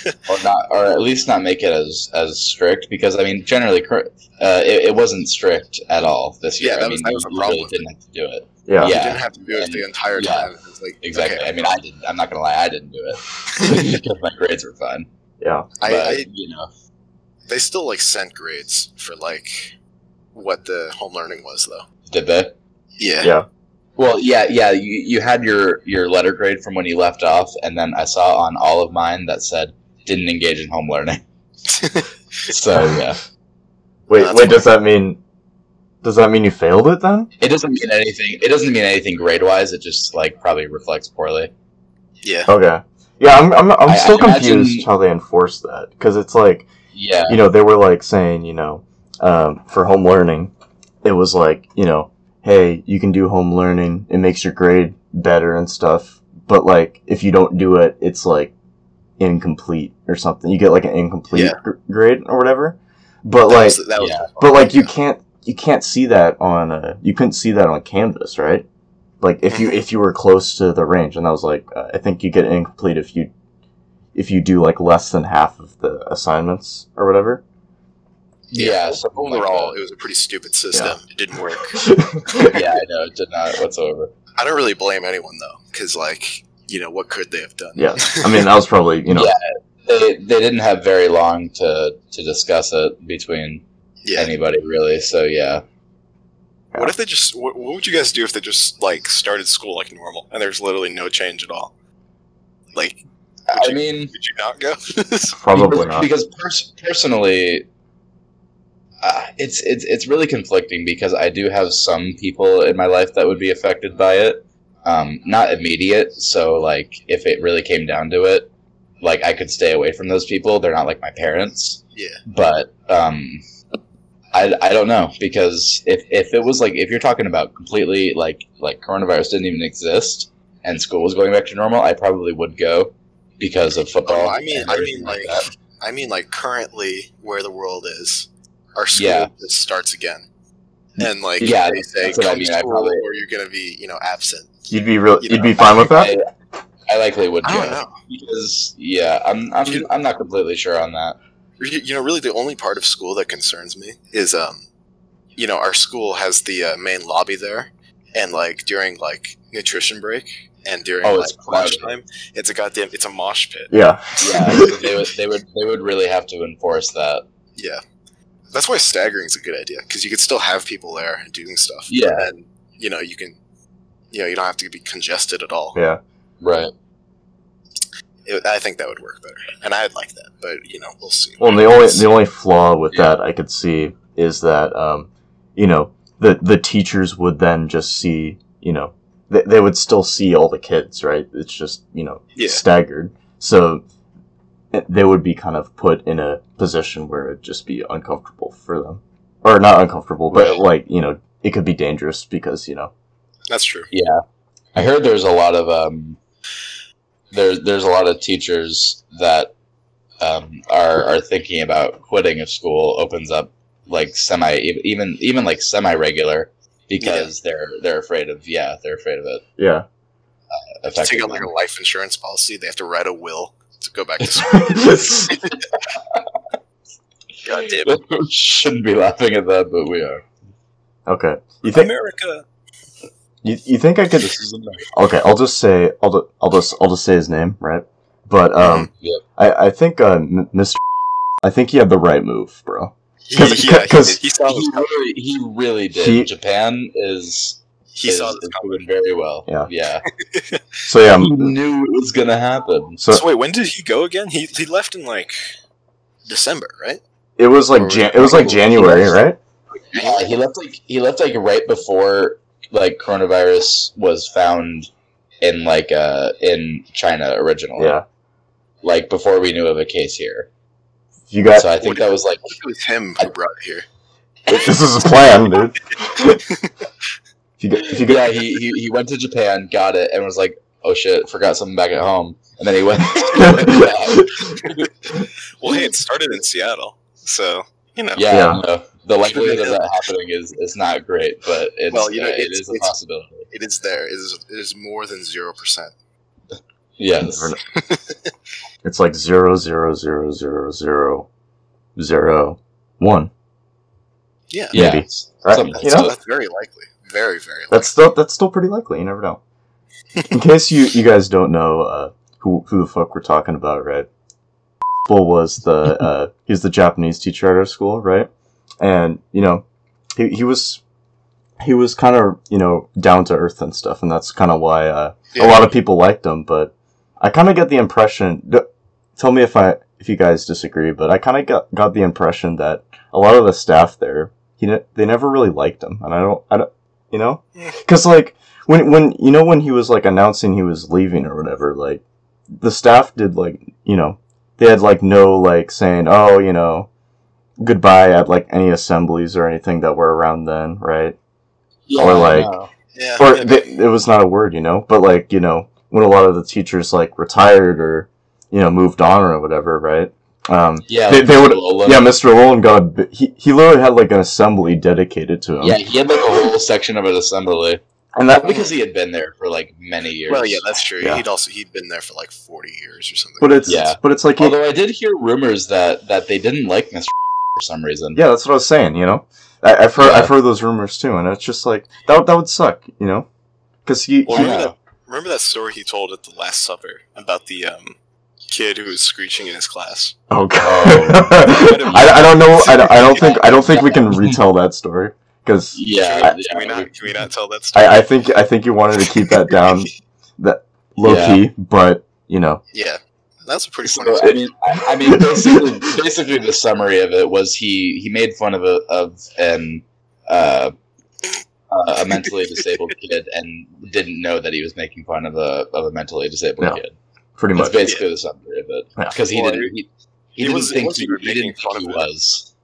S3: or not, or at least not make it as as strict because I mean, generally, cur- uh, it, it wasn't strict at all this year.
S1: Yeah, that
S3: I
S1: was-
S3: mean,
S1: that was
S3: you
S1: a problem
S3: really
S1: with it.
S3: didn't have to do it
S2: Yeah.
S1: You
S3: Yeah.
S1: didn't have to do it the entire
S3: Yeah.
S1: time. It's like,
S3: exactly.
S1: okay,
S3: I mean, I didn't. I'm not gonna lie, I didn't do it because my grades were fine.
S2: Yeah.
S1: I,
S3: but,
S1: I,
S3: you know,
S1: they still like sent grades for like what the home learning was though.
S3: did they?
S1: Yeah.
S2: Yeah.
S3: Well, yeah, yeah. You, you had your your letter grade from when you left off, and then I saw on all of mine that said didn't engage in home learning. so yeah,
S2: Wait,
S1: That's
S2: wait. Does that mean? Does that mean you failed it then?
S3: it doesn't mean anything. It doesn't mean anything grade wise. It just like probably reflects poorly.
S1: Yeah.
S2: Okay. Yeah, I'm. I'm. I'm
S3: I-
S2: still
S3: I imagine-
S2: confused how they enforce that because it's like
S3: Yeah,
S2: you know they were like saying you know um, for home learning it was like you know hey you can do home learning it makes your grade better and stuff but like if you don't do it it's like incomplete or something you get like an incomplete
S1: Yeah.
S2: gr- grade or whatever but
S1: That
S2: like
S1: was- that was
S3: yeah.
S2: but like you can't you can't see that on uh you couldn't see that on canvas right like if
S1: Mm-hmm.
S2: you if you were close to the range and i was like uh, i think you get incomplete if you if you do like less than half of the assignments or whatever
S3: yeah. so
S1: overall it was a pretty stupid system it didn't work
S3: yeah, I know it did not whatsoever.
S1: i don't really blame anyone though because like you know what could they have done
S2: yeah i mean that was probably you know
S3: Yeah. They they didn't have very long to to discuss it between
S1: yeah
S3: anybody really. So yeah,
S1: what if they just what, what would you guys do if they just like started school like normal and there's literally no change at all like Would
S3: I
S1: you-
S3: mean,
S1: did you not go
S2: probably
S3: because,
S2: not
S3: because pers- personally uh, it's it's it's really conflicting because I do have some people in my life that would be affected by it um, not immediate so like if it really came down to it like I could stay away from those people they're not like my parents
S1: Yeah.
S3: but um I, I don't know because if, if it was like if you're talking about completely like like coronavirus didn't even exist and school was going back to normal I probably would go because of football
S1: Oh, I mean-
S3: and
S1: I mean,
S3: everything
S1: like,
S3: that.
S1: i mean like currently where the world is our school
S3: Yeah.
S1: just starts again and like
S3: Yeah,
S1: they say
S3: that's what I
S1: come to
S3: mean, I
S1: school
S3: probably-
S1: or you're gonna be you know absent
S2: you'd be real
S1: you
S2: you'd
S1: know,
S2: be fine with that
S3: I likely would
S1: i
S3: go
S1: don't know
S3: because yeah, I'm I'm
S1: Dude.
S3: I'm not completely sure on that.
S1: you you know really the only part of school that concerns me is um you know our school has the uh, main lobby there and like during like nutrition break and during
S3: Oh,
S1: like
S3: it's crowded.
S1: lunchtime it's a goddamn it's a mosh pit
S2: yeah
S3: Yeah, so they would they would they would really have to enforce that.
S1: Yeah, that's why staggering is a good idea because you could still have people there and doing stuff.
S3: Yeah.
S1: and you know you can, you know, you don't have to be congested at all.
S2: yeah
S3: Right.
S1: It, I think that would work better, and I'd like that. But you know, we'll see.
S2: Well, and the only the only flaw with
S3: Yeah.
S2: that I could see is that um, you know the the teachers would then just see you know they, they would still see all the kids right. It's just you know
S1: Yeah.
S2: staggered, so it- they would be kind of put in a position where it'd just be uncomfortable for them, or not uncomfortable,
S3: Right.
S2: but like you know it could be dangerous because you know
S1: that's true.
S3: I heard there's a lot of um there's there's a lot of teachers that um, are are thinking about quitting if school opens up like semi even even like semi regular because they're they're afraid of yeah they're afraid of it
S2: yeah
S1: They have to take
S3: affecting
S1: out like a
S3: them.
S1: life insurance policy. They have to write a will to go back to school. God damn it,
S3: shouldn't be laughing at that but we are
S2: okay. You think
S1: America!
S2: you, you think I could
S3: this is America.
S2: Okay, I'll just say I'll, ju- I'll just I'll just say his name, right? But um,
S1: Mm-hmm.
S3: Mhm, yeah.
S2: I I think uh, M- Mr. I think he had the right move, bro.
S1: He,
S2: Cause-
S1: yeah, he,
S2: cause-
S1: did. he saw
S3: he,
S1: this coming.
S3: really, he really did.
S2: He-
S3: Japan is
S1: He
S3: is,
S1: saw this
S3: is
S1: coming.
S3: doing very well.
S2: Yeah.
S3: yeah.
S2: So yeah,
S3: He
S2: I'm-
S3: knew it was gonna happen.
S2: so
S1: so wait, when did he go again? He he left in like December, right?
S2: it was like Jan- it was like January, right?
S3: Yeah, he left like he left like right before like coronavirus was found in like uh in China originally.
S2: Yeah,
S3: Like before we knew of a case here.
S2: you got
S3: so I think that was like
S1: I think it was him who brought it here.
S2: this is a plan, dude. if you got, if you got,
S3: yeah, he, he he went to Japan, got it, and was like, "Oh shit, forgot something back at home." And then he went. yeah,
S1: Well, hey, it started in Seattle, so you know.
S2: Yeah.
S3: no, the likelihood of that happening is, is not great, but it's
S1: Well, you know,
S3: uh, it
S1: it's-
S3: is a
S1: it's-
S3: possibility.
S1: It is there. It is, it is more than 0%.
S3: Yes,
S2: it's like zero zero zero zero zero zero one.
S1: Yeah.
S3: yeah,
S2: Maybe. Right,
S3: something like
S2: you
S1: So
S2: know?
S3: that.
S1: that's very likely. Very, very likely.
S2: That's still that's still pretty likely. You never know. In case you you guys don't know uh, who who the fuck we're talking about, right? Bull was the uh, he was the Japanese teacher at our school, right? And you know, he he was he was kind of you know down to earth and stuff, and that's kind of why uh, a lot of people liked him. But I kind of get the impression. d- Tell me if I if you guys disagree, but I kind of got got the impression that a lot of the staff there, he ne- they never really liked him, and I don't I don't you know because like when when you know when he was like announcing he was leaving or whatever, like the staff did like you know they had like no like saying oh you know goodbye at like any assemblies or anything that were around then, right?
S3: Yeah,
S2: Or
S3: I
S2: like-
S3: know.
S1: yeah.
S2: Or
S1: yeah.
S2: th- it was not a word, you know. But like you know when a lot of the teachers like retired or you know moved on or whatever, right? Um,
S3: yeah,
S2: They-
S3: like
S2: they would-
S3: Lola.
S2: yeah, Mr. Lolan got a bi- he he literally had like an assembly dedicated to him,
S3: yeah, he had like a whole section of an assembly
S2: and that
S3: because he had been there for like many years.
S1: Well, yeah, that's true.
S2: Yeah.
S1: He'd also he'd been there for like 40 years or something.
S2: but it's
S3: Yeah.
S2: but it's like he-
S3: Although I did hear rumors that that they didn't like Mr. for some reason.
S2: Yeah, that's what I was saying. You know, I, I've heard
S3: Yeah.
S2: I've heard those rumors too, and it's just like that that would suck. You know, because he,
S1: Well,
S2: he-
S1: yeah.
S3: Yeah.
S1: Remember that story he told at the Last Supper about the um, kid who was screeching in his class?
S2: oh god,
S1: Oh.
S2: I, I don't know. I, don't- I don't think I don't think we can retell that story because
S3: Yeah,
S1: Can
S3: yeah,
S1: we not, can we not tell that story?
S2: I, I think I think you wanted to keep that down low
S3: Yeah.
S2: key, but you know,
S1: yeah. That's a pretty
S3: So, uh,
S1: funny
S3: I mean, I, I mean, basically, basically, the summary of it was he he made fun of a of an uh, uh, a mentally disabled kid and didn't know that he was making fun of a of a mentally disabled
S2: Yeah,
S3: kid.
S2: pretty
S3: That's
S2: much.
S3: basically the summary of it
S2: Yeah.
S3: because he
S1: Well,
S3: didn't he,
S1: he
S3: he didn't
S1: was- it
S3: think
S1: wasn't
S3: he,
S1: even
S3: he didn't
S1: making fun
S3: think he
S1: of it.
S3: was.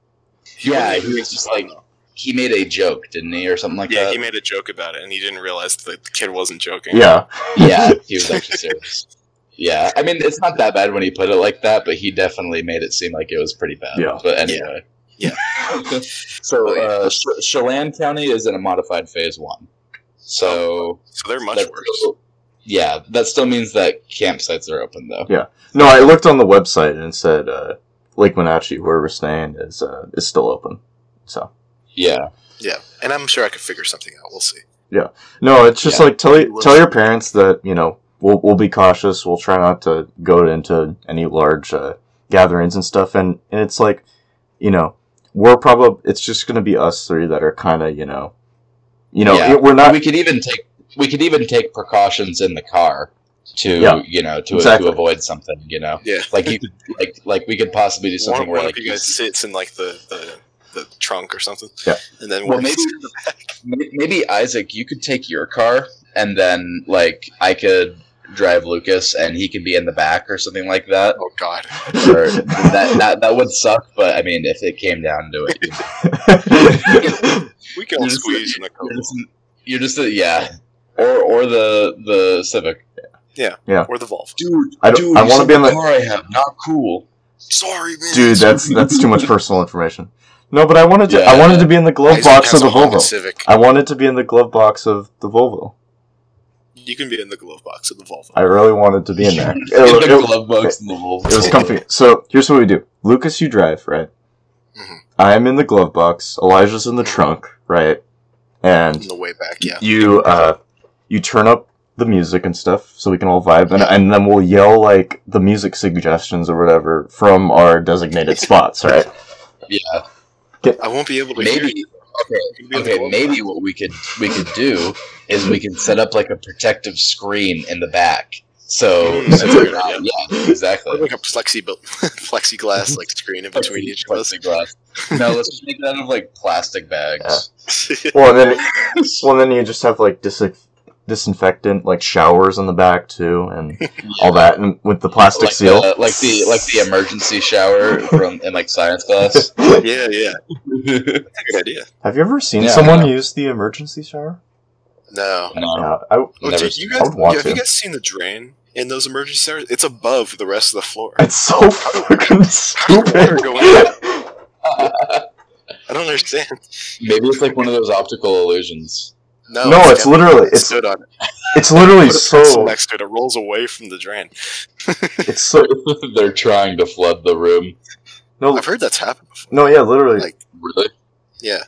S3: yeah,
S1: wasn't
S3: he
S1: really
S3: was just
S1: making
S3: like he made a joke, didn't he, or something like
S1: yeah,
S3: that?
S1: he made a joke about it, and he didn't realize that the kid wasn't joking.
S2: Yeah,
S3: yeah, he was actually serious. Yeah, I mean, it's not that bad when he put it like that, but he definitely made it seem like it was pretty bad.
S2: Yeah.
S3: But anyway.
S1: Yeah. Oh,
S3: so, uh, Sh- Chelan County is in a modified phase one. So,
S1: So they're Oh, much
S3: that-
S1: worse.
S3: yeah, that still means that campsites are open, though.
S2: Yeah. No, I looked on the website and it said uh, Lake Wenatchee, where we're staying, is uh, is still open. So
S3: Yeah.
S1: Yeah, and I'm sure I could figure something out. We'll see.
S2: No, it's just
S3: Yeah.
S2: like tell
S1: It
S2: you,
S1: was-
S2: tell your parents that you know we'll we'll be cautious. We'll try not to go into any large uh, gatherings and stuff. And and it's like you know we're probably it's just gonna be us three that are kind of you know you know
S3: Yeah.
S2: it- we're not
S3: we could even take we could even take precautions in the car to
S2: Yeah.
S3: you know to,
S2: Exactly.
S3: to avoid something you know
S1: Yeah.
S3: like you could like like we could possibly do
S1: One,
S3: something
S1: one
S3: where
S1: of
S3: like
S1: you
S3: you
S1: guys sits in like the, the, the trunk or something.
S2: Yeah.
S1: and then
S3: Well,
S1: we're-
S3: maybe may- maybe Isaac, you could take your car, and then like I could drive Lucas, and he could be in the back or something like that.
S1: Oh God,
S3: Or that, that that would suck, but I mean, if it came down to it,
S1: we can all
S3: Yes.
S1: squeeze in the coat,
S3: you're just, you're just a, yeah, or or the the Civic,
S1: or the Volvo.
S3: dude.
S2: I don't- I
S3: you
S2: wanna
S3: said
S2: be in the-
S3: car I have. Not cool.
S1: Sorry, man.
S2: dude that's that's too much personal information. No, but I wanted to I
S3: Yeah.
S2: wanted to be in the glove
S1: Isaac
S2: box
S1: has
S2: of
S1: a
S2: the
S1: Honda
S2: Volvo.
S1: Civic.
S2: I wanted to be in the glove box of the Volvo.
S1: You can be in the glove box of the Volvo.
S2: I really wanted to be in there.
S3: In
S2: It-
S3: the
S2: it-
S3: glove box in the Volvo.
S2: It was comfy. So here's what we do: Lucas, you drive, right?
S1: Mhm.
S2: I am in the glove box. Elijah's in the trunk, right?
S1: On
S2: And
S1: the way back, yeah.
S2: you, uh, you turn up the music and stuff, so we can all vibe, and, and then we'll yell like the music suggestions or whatever from our designated spots, right?
S3: Yeah.
S1: I won't be able to hear
S3: Maybe
S1: you.
S3: okay, maybe what we could we could do is we could set up like a protective screen in the back. So,
S1: Mm,
S3: so
S1: that's a
S3: we're
S1: good
S3: not-
S1: idea.
S3: yeah, exactly.
S1: like a plexi plexiglass like screen in between each of us.
S3: Plexiglass. No, let's just make it out of like plastic bags.
S2: Well, and then well, and then you just have like dis- disinfectant like showers on the back too, and all that, and with the plastic
S3: Like
S2: seal.
S3: the, like the like the emergency shower from in like science class.
S1: yeah, yeah, that's a good idea.
S2: have you ever seen
S3: Yeah,
S2: someone
S3: yeah.
S2: use the emergency shower?
S1: No,
S3: no,
S2: Yeah, I,
S1: Well,
S3: never
S1: do
S3: seen
S1: you
S3: it.
S1: guys,
S2: I would want
S1: have you
S2: to.
S1: guys seen the drain in those emergency centers? It's above the rest of the floor.
S2: it's so fucking stupid.
S1: I don't understand.
S3: maybe it's like one of those optical illusions.
S1: No,
S2: no, it's
S1: definitely
S2: literally it's
S1: stood on it.
S2: it's literally
S1: Put a pencil
S2: so
S1: next to it. It rolls away from the drain.
S2: it's so
S3: They're trying to flood the room.
S2: no
S1: I've heard that's happened before.
S2: no yeah literally
S1: Like-
S3: Really?
S1: Yeah.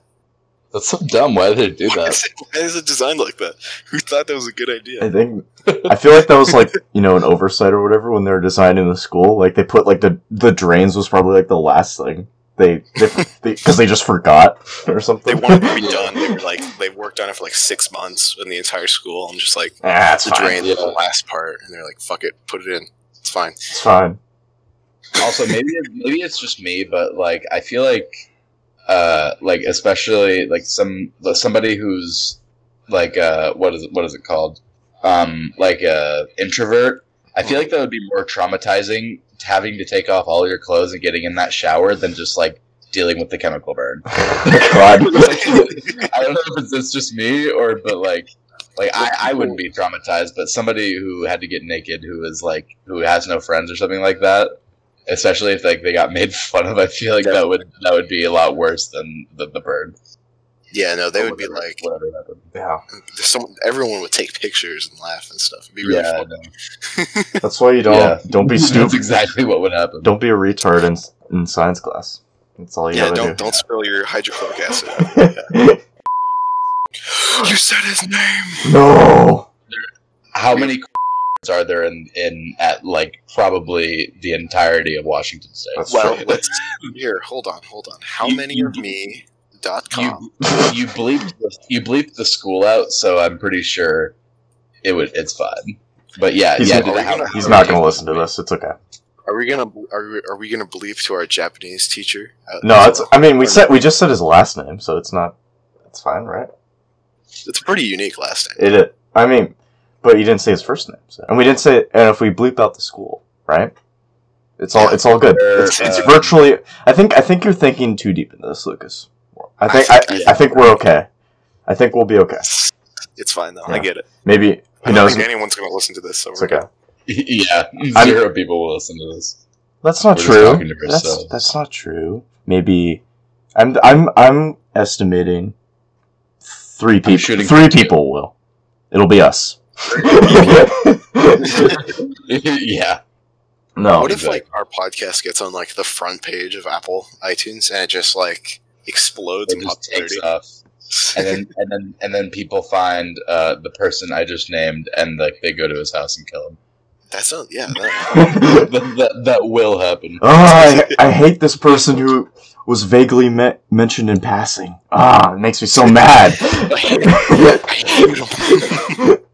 S3: That's so dumb. Why did they do
S1: Why
S3: that?
S1: is, it, why is it designed like that? Who thought that was a good idea?
S2: I think I feel like that was like you know an oversight or whatever when they were designing the school. Like they put like the the drains was probably like the last thing they because they, 'cause they just forgot or
S1: They
S2: something.
S1: wanted it to be done. They were like they worked on it for like six months in the entire school. I'm just like
S2: ah, it's
S1: the
S2: fine.
S1: drain is the
S3: yeah.
S1: last part, and they're like, "Fuck it, put it in. It's fine."
S2: It's fine.
S3: also maybe maybe it's just me but like i feel like uh like especially like some somebody who's like uh what is what is it called um like a introvert i feel like that would be more traumatizing having to take off all your clothes and getting in that shower than just like dealing with the chemical burn
S2: God.
S3: i don't know if it's just me or but like like I, I wouldn't be traumatized but somebody who had to get naked who is like who has no friends or something like that especially if like they got made fun of i feel like that would that would be a lot worse than the, the bird
S1: Yeah, no, they
S3: Or
S1: would be
S3: whatever-
S1: like,
S3: whatever happened
S2: Yeah,
S1: someone, everyone would take pictures and laugh and stuff. It'd be really
S3: yeah
S1: fun.
S3: no.
S2: that's why you don't
S3: Yeah.
S2: don't be
S3: that's
S2: stupid.
S3: exactly what would happen
S2: Don't be a retard in, in science class. That's all you
S1: Yeah,
S2: gotta
S1: don't don't spill your hydrochloric acid.
S2: do.
S1: you said his name.
S2: no.
S3: how many are there in in at like probably the entirety of washington state
S2: That's
S1: Well,
S2: right.
S1: let's here. Hold on, hold on. How
S3: You-
S1: many
S3: you-
S1: of me? Dot com.
S3: you you bleeped the, you bleeped the school out, so I'm pretty sure it would it's fine. But yeah,
S2: He's
S3: yeah,
S2: not-
S3: did it happen?
S2: He's not gonna listen to this. It's okay.
S1: Are we gonna are we, are we gonna believe to our Japanese teacher? Uh,
S2: No, it's. I mean, we said we just said his last name, so it's not. It's fine, right?
S1: it's a pretty unique last name.
S2: It. it I mean, but you didn't say his first name, so. and we didn't say. And if we bleep out the school, right? It's all. It's all good. It's, it's
S3: Uh,
S2: virtually. I think. I think you're thinking too deep into this, Lucas. I think. I,
S1: think-
S2: I think we're okay. I think we'll be okay.
S1: It's fine though. I
S2: Yeah.
S1: get it.
S2: Maybe
S1: I
S2: who
S1: don't
S2: knows?
S1: think anyone's gonna listen to this. So
S2: It's
S1: we're
S2: okay.
S1: good.
S3: Yeah,
S2: I'm-
S3: zero people will listen to this.
S2: That's not
S3: We're just talking
S2: true.
S3: to
S2: That's
S3: ourselves.
S2: that's not true. Maybe I'm I'm I'm estimating three people.
S3: shooting
S2: Three
S3: for two.
S2: people will. It'll be us.
S3: yeah,
S2: no,
S1: what if
S3: exactly.
S1: like our podcast gets on like the front page of Apple iTunes and it just like explodes
S3: it
S1: in
S3: just takes
S1: popularity?
S3: off, and then and then and then people find uh, the person I just named, and like they go to his house and kill him.
S1: That sounds yeah. That,
S3: that, that, that will happen.
S2: Ah, I, I hate this person who was vaguely me- mentioned in passing. Ah, it makes me so mad.
S1: I hate them.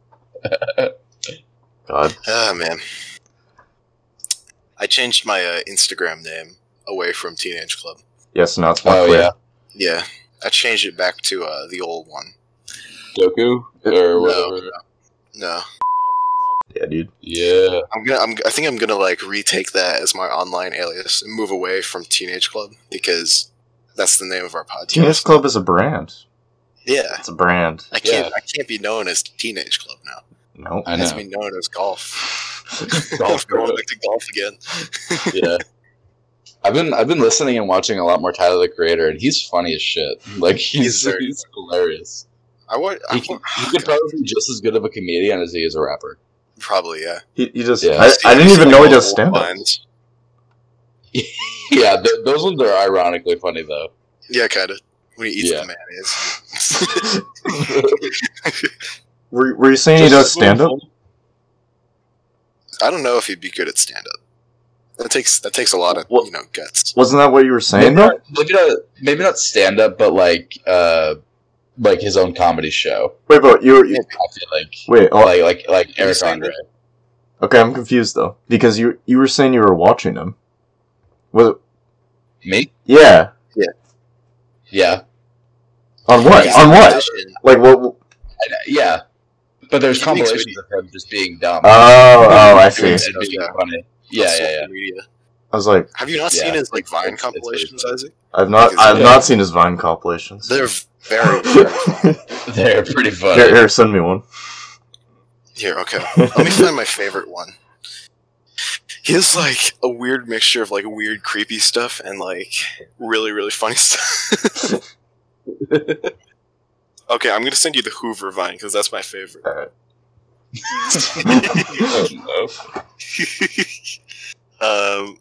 S2: God,
S1: Oh man, I changed my uh, Instagram name away from Teenage Club.
S2: yes, no, it's not
S3: Oh
S2: clear.
S3: yeah,
S1: Yeah, I changed it back to uh, the old one.
S3: Doku
S2: Uh,
S1: No.
S3: or whatever.
S1: No,
S2: yeah, dude.
S3: Yeah,
S1: I'm gonna. I'm, I think I'm gonna like retake that as my online alias and move away from Teenage Club because that's the name of our podcast.
S2: Teenage Club is a brand.
S1: Yeah,
S2: It's a brand.
S1: I can't.
S3: Yeah.
S1: I can't be known as Teenage Club now.
S2: No,
S3: I
S1: I have to
S3: know.
S1: be known as golf.
S3: Golf
S1: I'm going
S3: Girl.
S1: back to golf again.
S3: yeah. I've been I've been listening and watching a lot more Tyler the Creator, and he's funny as shit. Like Mm, he's
S1: He's very
S3: he's hilarious.
S1: I want. I
S3: He could,
S1: want
S3: he could probably be just as good of a comedian as he is a rapper.
S1: probably yeah.
S2: he, he just.
S3: Yeah.
S2: I, I didn't even know he does
S1: Multiple
S2: stand up.
S1: lines.
S3: Yeah, th- those ones are ironically funny though.
S1: Yeah, kind of. When he eats
S3: Yeah.
S1: the mayonnaise.
S2: Were, were you saying he does stand up?
S1: I don't know if he'd be good at stand up. That takes that takes a lot of
S2: Well-
S1: you know guts.
S2: Wasn't that what you were saying? though?
S3: maybe, not, maybe not maybe not stand up, but like uh, like his own comedy show.
S2: Wait, but you were you,
S3: I feel like
S2: wait. Oh,
S3: like like like Eric
S1: saying
S3: Andre.
S2: okay, I'm confused though because you you were saying you were watching him. Was it?
S3: Me?
S2: Yeah.
S3: Yeah,
S2: On what?
S1: He's
S2: On
S1: a
S2: what?
S1: musician.
S2: Like what? oh,
S3: I know, yeah. But there's
S1: He thinks
S3: compilations of him just being dumb.
S2: Oh, oh, I see.
S3: And being funny. Yeah,
S1: Social
S3: yeah, yeah.
S1: media.
S2: I was like,
S1: Have you not
S3: Yeah.
S1: seen his like Vine
S3: It's- it's really
S1: compilations,
S3: funny.
S1: Isaac?
S2: I've not, I've not seen his Vine compilations.
S1: They're very, very funny.
S3: They're pretty funny.
S2: here, here, send me one.
S1: Here, okay. Let me find my favorite one. He has like a weird mixture of like weird, creepy stuff and like really, really funny stuff. okay, I'm gonna send you the Hoover Vine because that's my favorite.
S3: Oh, no.
S1: um,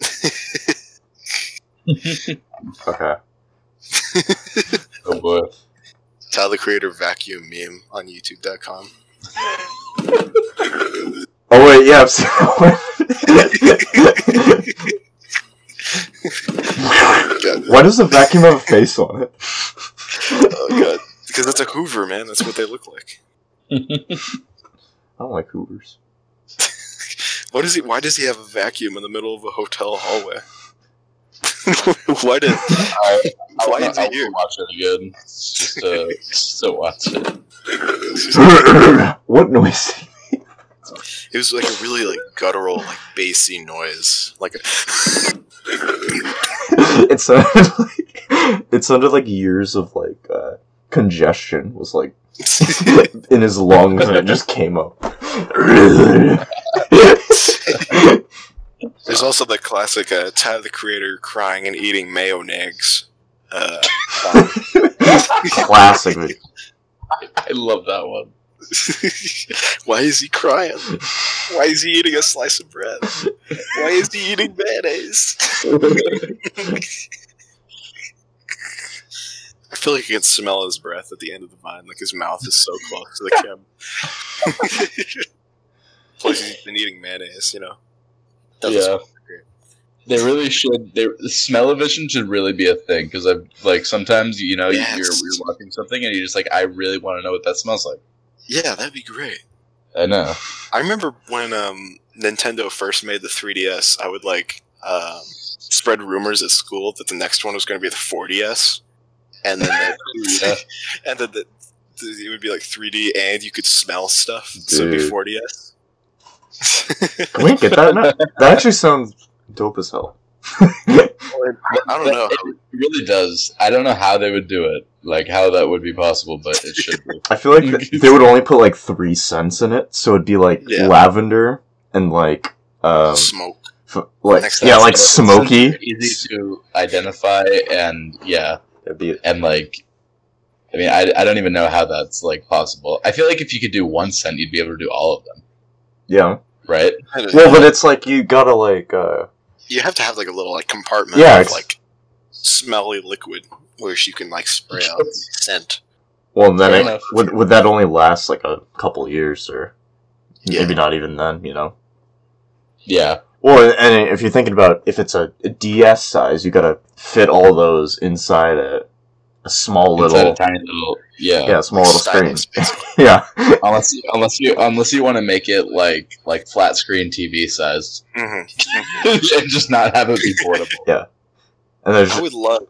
S2: Okay.
S3: Oh, boy.
S1: Tyler the Creator vacuum meme on YouTube.com.
S2: Oh wait, yeah, I've seen that one. Why does the vacuum have a face on it?
S1: oh god, because it's a Hoover, man. That's what they look like.
S2: I don't like Hoovers.
S1: What is he? Why does he have a vacuum in the middle of a hotel hallway? why did?
S3: I, I
S1: Why
S3: wanna-
S1: is
S3: I
S1: it
S3: wanna
S1: here?
S3: Watch it again. Just to, just to watch it.
S2: what noise?
S1: It was like a really like guttural, like bassy noise. Like a
S2: it sounded like it sounded like years of like uh, congestion was like in his lungs and it just came up.
S1: there's also the classic uh, Tyler the Creator crying and eating mayo nags. Uh,
S2: Classic.
S3: I love that one.
S1: why is he crying? Why is he eating a slice of bread? Why is he eating mayonnaise? I feel like you can smell his breath at the end of the vine. Like his mouth is so close to the camera. Plus, he's been eating mayonnaise. You know. Doesn't
S3: yeah.
S1: great.
S3: They really should. They, smell of vision should really be a thing because I like sometimes you know
S1: Yes.
S3: you're, you're watching something and you're just like I really want to know what that smells like.
S1: Yeah, that'd be great.
S3: I know.
S1: I remember when um, Nintendo first made the 3DS, I would like um, spread rumors at school that the next one was going to be the 4DS, and then
S3: Yeah.
S1: that- and then the, the- it would be like 3D, and you could smell stuff, so it'd be
S2: Dude.
S1: 4DS.
S2: Can we get that? Now? That actually sounds dope as hell.
S1: I don't know.
S3: It really does. I don't know how they would do it, like how that would be possible, but it should be.
S2: I feel like th- they would only put like three cents in it, so it'd be like
S1: Yeah.
S2: lavender and like um
S1: Smoke.
S2: f- like
S1: Next
S2: yeah
S1: time.
S2: like smoky.
S3: easy to identify, and yeah,
S2: It'd be
S3: and like, I mean, I, I don't even know how that's like possible. I feel like if you could do one scent, you'd be able to do all of them,
S2: yeah.
S3: right?
S1: I don't
S2: Well,
S1: know.
S2: but it's like you gotta like uh
S1: you have to have like a little like compartment
S2: Yeah,
S1: of
S2: it's-
S1: like smelly liquid where you can like spray out scent.
S2: well and then
S3: Fair
S2: it,
S3: enough.
S2: would would that only last like a couple years or
S1: Yeah.
S2: maybe not even then you know.
S3: Yeah,
S2: Well, and if you're thinking about if it's a, a DS size, you gotta fit all those inside a, a small
S3: Inside
S2: little
S3: a tiny little yeah.
S2: yeah small little screen.
S1: Stylus, basically.
S2: Yeah,
S3: Unless you, unless you unless you want to make it like like flat screen TV size
S1: Mhm.
S3: and just not have it be portable.
S2: and there's
S1: I would love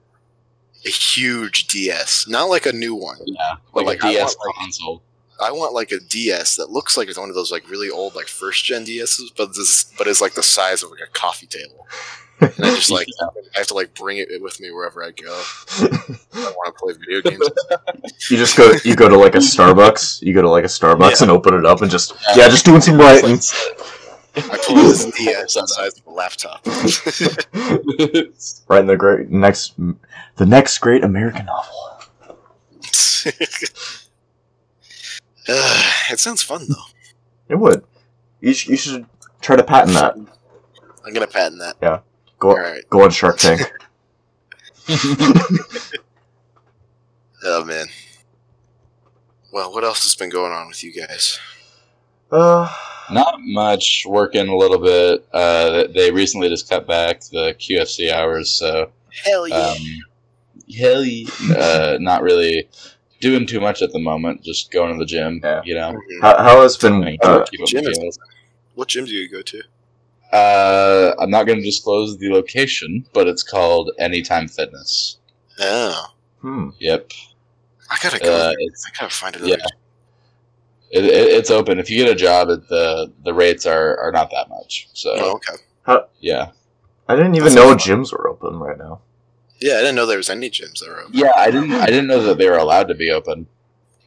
S1: a huge DS, not like a new one.
S3: Yeah, like,
S1: Like,
S3: a
S1: I
S3: DS
S1: want, like-
S3: console.
S1: I want like a DS that looks like it's one of those like really old like first gen DSs, but this but is like the size of like a coffee table. And I just like I have to like bring it with me wherever I go. I want to play video games.
S2: You just go. You go to like a Starbucks. You go to like a Starbucks
S1: Yeah.
S2: and open it up and just
S3: Yeah.
S2: yeah, just doing some writing.
S1: I pull out this DS the size of a laptop.
S2: Right in the great next, the next great American novel.
S1: Ugh, it sounds fun though.
S2: It would. You, sh- you should try to patent that.
S1: I'm gonna patent that.
S2: Go
S1: All right.
S2: go on Shark Tank.
S1: Oh man. Well, what else has been going on with you guys?
S2: uh,
S3: Not much. Working a little bit. Uh, they recently just cut back the QFC hours, so
S1: Hell yeah.
S3: um, hell yeah. uh, not really doing too much at the moment. Just going to the gym,
S2: Yeah.
S3: you know.
S1: Mhm.
S2: How, how has been?
S3: Trying to
S2: Uh,
S3: keep up
S1: gym
S3: with
S1: is-
S3: meals.
S1: What gym do you go to?
S3: Uh, I'm not going to disclose the location, but it's called Anytime Fitness.
S1: Oh,
S2: hmm.
S3: Yep.
S1: I gotta go.
S3: Uh,
S1: there.
S3: it's
S1: I gotta find another.
S3: yeah.
S1: gym.
S3: it, it, it's open. If you get a job, it, the the rates are, are not that much. So
S1: Oh, okay.
S3: yeah,
S2: I didn't even
S1: That's
S2: know
S1: not fun.
S2: gyms were open right now.
S1: Yeah, I didn't know there was any gyms that were open.
S3: yeah. I didn't I didn't know that they were allowed to be open.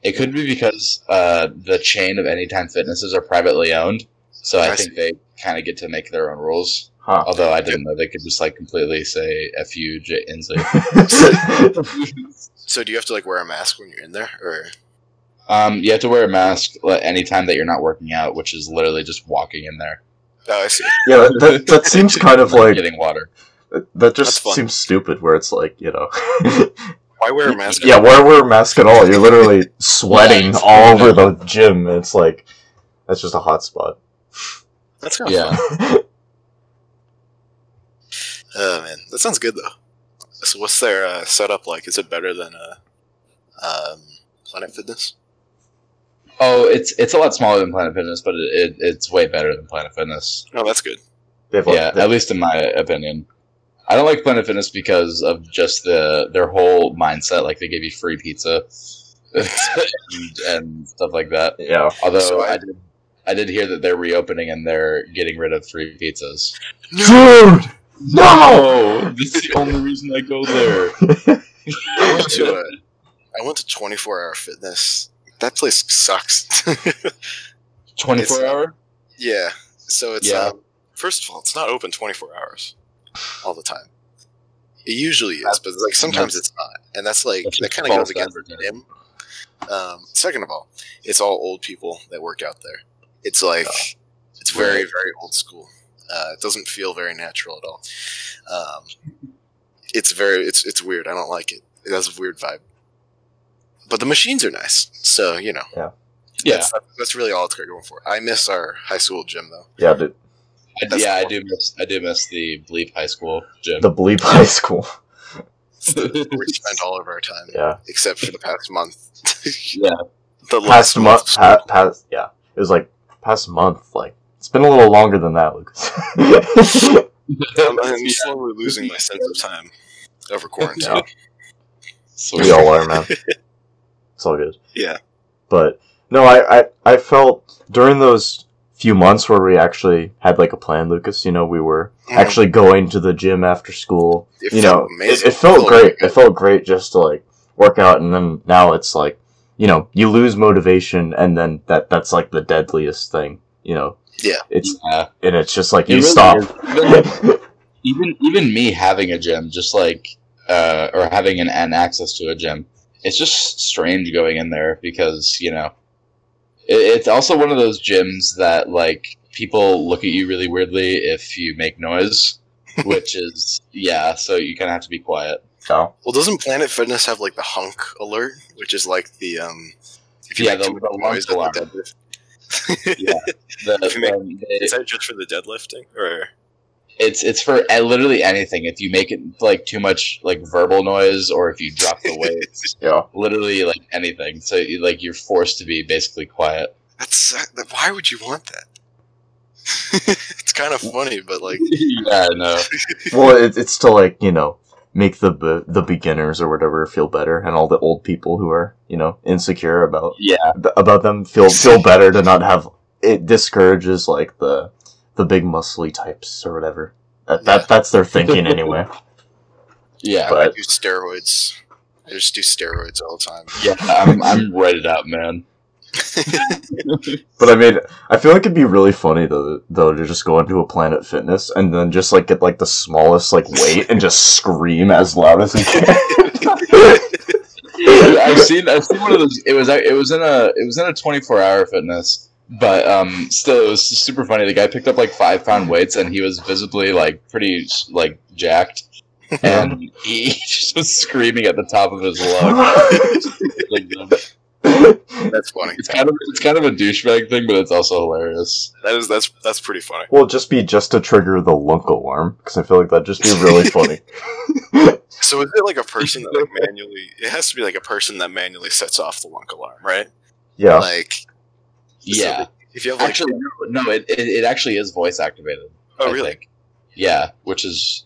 S3: It could be because uh, the chain of Anytime Fitnesses are privately owned, so I,
S1: I
S3: think they kind of get to make their own rules.
S1: Oh.
S2: Huh.
S3: Although I didn't know they could just like completely say "f you, Jay Inslee."
S1: So do you have to like wear a mask when you're in there, or
S3: um, you have to wear a mask like, anytime that you're not working out, which is literally just walking in there,
S1: oh, I see.
S2: yeah, that, that, that seems kind of like
S3: getting water.
S2: that.
S1: That's
S2: Just
S1: fun.
S2: seems stupid. Where it's like you know,
S1: Why wear a mask?
S2: yeah, why wear a mask at all? You're literally sweating
S3: it's-
S2: all over the gym. and It's like that's just a hot spot.
S1: That's kind of
S3: Yeah.
S1: Oh man, that sounds good though. So what's their uh, setup like? Is it better than uh, um, Planet Fitness?
S3: Oh, it's it's a lot smaller than Planet Fitness, but it, it, it's way better than Planet Fitness.
S1: Oh, that's good.
S2: They have like,
S3: yeah,
S2: they-
S3: at least in my opinion. I don't like Planet Fitness because of just the their whole mindset. Like they give you free pizza and, and stuff like that.
S2: yeah.
S3: Although
S1: So I-
S3: I, did, I did hear that they're reopening and they're getting rid of free pizzas.
S2: Dude, no.
S3: Oh, this is the only reason I go there.
S1: I went to uh, I went to 24 Hour Fitness. That place sucks.
S3: Twenty four hour.
S1: yeah. So it's
S3: Yeah.
S1: um, first of all, it's not open 24 hours all the time. It usually is, but like sometimes it's not, and that's like
S3: That's
S1: that
S3: just
S1: kind of goes
S3: false
S1: against
S3: advertising.
S1: him. Um, second of all, it's all old people that work out there. It's like it's very very old school. Uh, it doesn't feel very natural at all. Um, it's very it's it's weird. I don't like it. It has a weird vibe. But the machines are nice, so you know
S3: Yeah,
S1: that's, that's really all it's got going for. I miss our high school gym though.
S2: Yeah, dude,
S3: I,
S1: that's
S3: yeah. I
S1: cool.
S3: do miss I do miss the Bleep High School gym.
S2: the bleep high school.
S1: We spent all of our time,
S2: Yeah,
S1: except for the past month.
S3: Yeah.
S1: the
S2: past
S1: last
S2: month. Pa- past yeah, it was like past month. Like it's been a little longer than that, Lucas.
S1: I'm, I'm slowly losing my sense of time over quarantine.
S2: Yeah.
S3: Sweet.
S2: we all are, man. It's all good.
S1: Yeah.
S2: But no, I, I I felt during those few months where we actually had like a plan, Lucas. You know, we were
S1: Mhm.
S2: actually going to the gym after school.
S1: It
S2: you
S1: felt
S2: know, it,
S1: amazing.
S2: it felt
S1: really
S2: great. It
S1: good.
S2: felt great just to like work out, and then now it's like you know you lose motivation, and then that that's like the deadliest thing. You know,
S1: Yeah.
S2: It's
S3: Yeah.
S2: and it's just like
S3: It
S2: you
S3: really
S2: stop.
S3: is. even even me having a gym, just like uh, or having an, an access to a gym, it's just strange going in there because you know it, it's also one of those gyms that like people look at you really weirdly if you make noise, which is yeah. So you kind of have to be quiet.
S2: No.
S1: Well, doesn't Planet Fitness have like the hunk alert, which is like the um? If you
S3: Yeah,
S1: make
S3: the-
S1: too
S3: the
S1: much
S3: lunk
S1: noise at
S3: alarm.
S1: the deadlift.
S3: The-
S1: If you make-
S3: um, they-
S1: Is that just for the deadlifting, or
S3: it's it's for uh, literally anything. If you make it like too much like verbal noise or if you drop the weight.
S2: Yeah.
S3: literally like anything. So you- like you're forced to be basically quiet.
S1: that's uh, that- why would you want that? it's kind of funny, but like
S3: yeah, no.
S2: well, it, it's to like you know make the be- the beginners or whatever feel better, and all the old people who are you know insecure about
S3: Yeah,
S2: th- about them feel feel better to not have it discourages like the the big muscly types or whatever. That, that that's their thinking anyway.
S3: yeah,
S1: I
S2: But
S1: do steroids. I just do steroids all the time.
S3: yeah. I'm I'm redded out, man.
S2: but I mean, I feel like it'd be really funny though though to just go into a Planet Fitness and then just like get like the smallest like weight and just scream as loud as you can.
S3: I've seen I've seen one of those. It was it was in a it was in a 24 hour fitness, but um still it was super funny. The guy picked up like five pound weights and he was visibly like pretty like jacked. And he just was screaming at the top of his lungs, like the
S1: That's funny.
S3: It's kind of it's kind of a douchebag thing, but it's also hilarious.
S1: That is that's that's pretty funny.
S2: Well, just be just to trigger the lunk alarm because I feel like that'd just be really funny.
S1: So is it like a person that like manually? It has to be like a person that manually sets off the lunk alarm, right?
S2: yeah,
S1: Like
S3: Yeah,
S1: if you have like
S3: actually, no, no, it, it it actually is voice activated.
S1: oh
S3: I
S1: really?
S3: think. Yeah, which is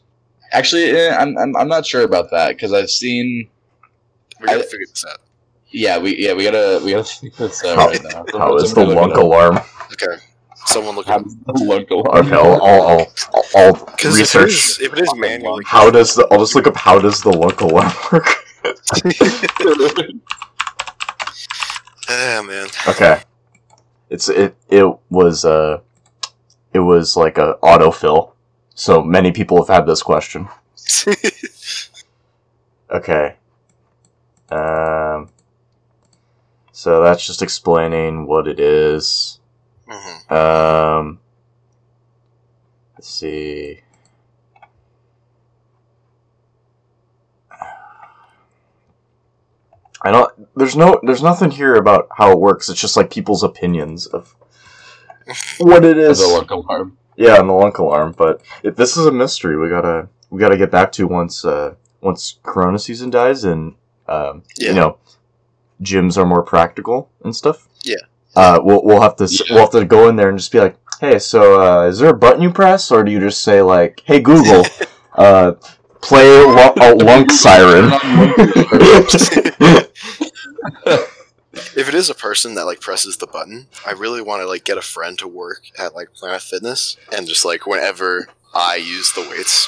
S3: actually eh, I'm I'm, I'm not sure about that because I've seen.
S1: We gotta
S3: I-
S1: figure this out.
S3: Yeah, we yeah we gotta we gotta figure this out
S2: How-
S3: uh, right now.
S2: how is the
S3: Somebody look
S2: lunk
S3: it up.
S2: alarm?
S1: Okay, someone look.
S3: How does the lunk alarm?
S2: Okay, I'll, I'll, I'll, I'll
S1: Because "Oh, if, it
S2: research.
S1: is- if it is manually,
S2: How does the? I'll just look up how does the lunk alarm work.
S1: ah man,
S2: Okay. It's it it was uh it was like a autofill. So many people have had this question. Okay. Um so that's just explaining what it is.
S1: Mhm.
S2: Um let's see. I don't there's no there's nothing here about how it works. It's just like people's opinions of what it is.
S3: the lunk alarm.
S2: Yeah, and the lunk alarm, but if this is a mystery we got to we got to get back to once uh once corona season dies and um
S1: Yeah.
S2: you know gyms are more practical and stuff.
S1: Yeah.
S2: Uh we'll we'll have to s
S3: Yeah.
S2: we'll have to go in there and just be like, "Hey, so uh is there a button you press or do you just say like, "Hey Google, uh play lu- a lunk siren."
S1: if it is a person that like presses the button, I really want to like get a friend to work at like Planet Fitness and just like whenever I use the weights,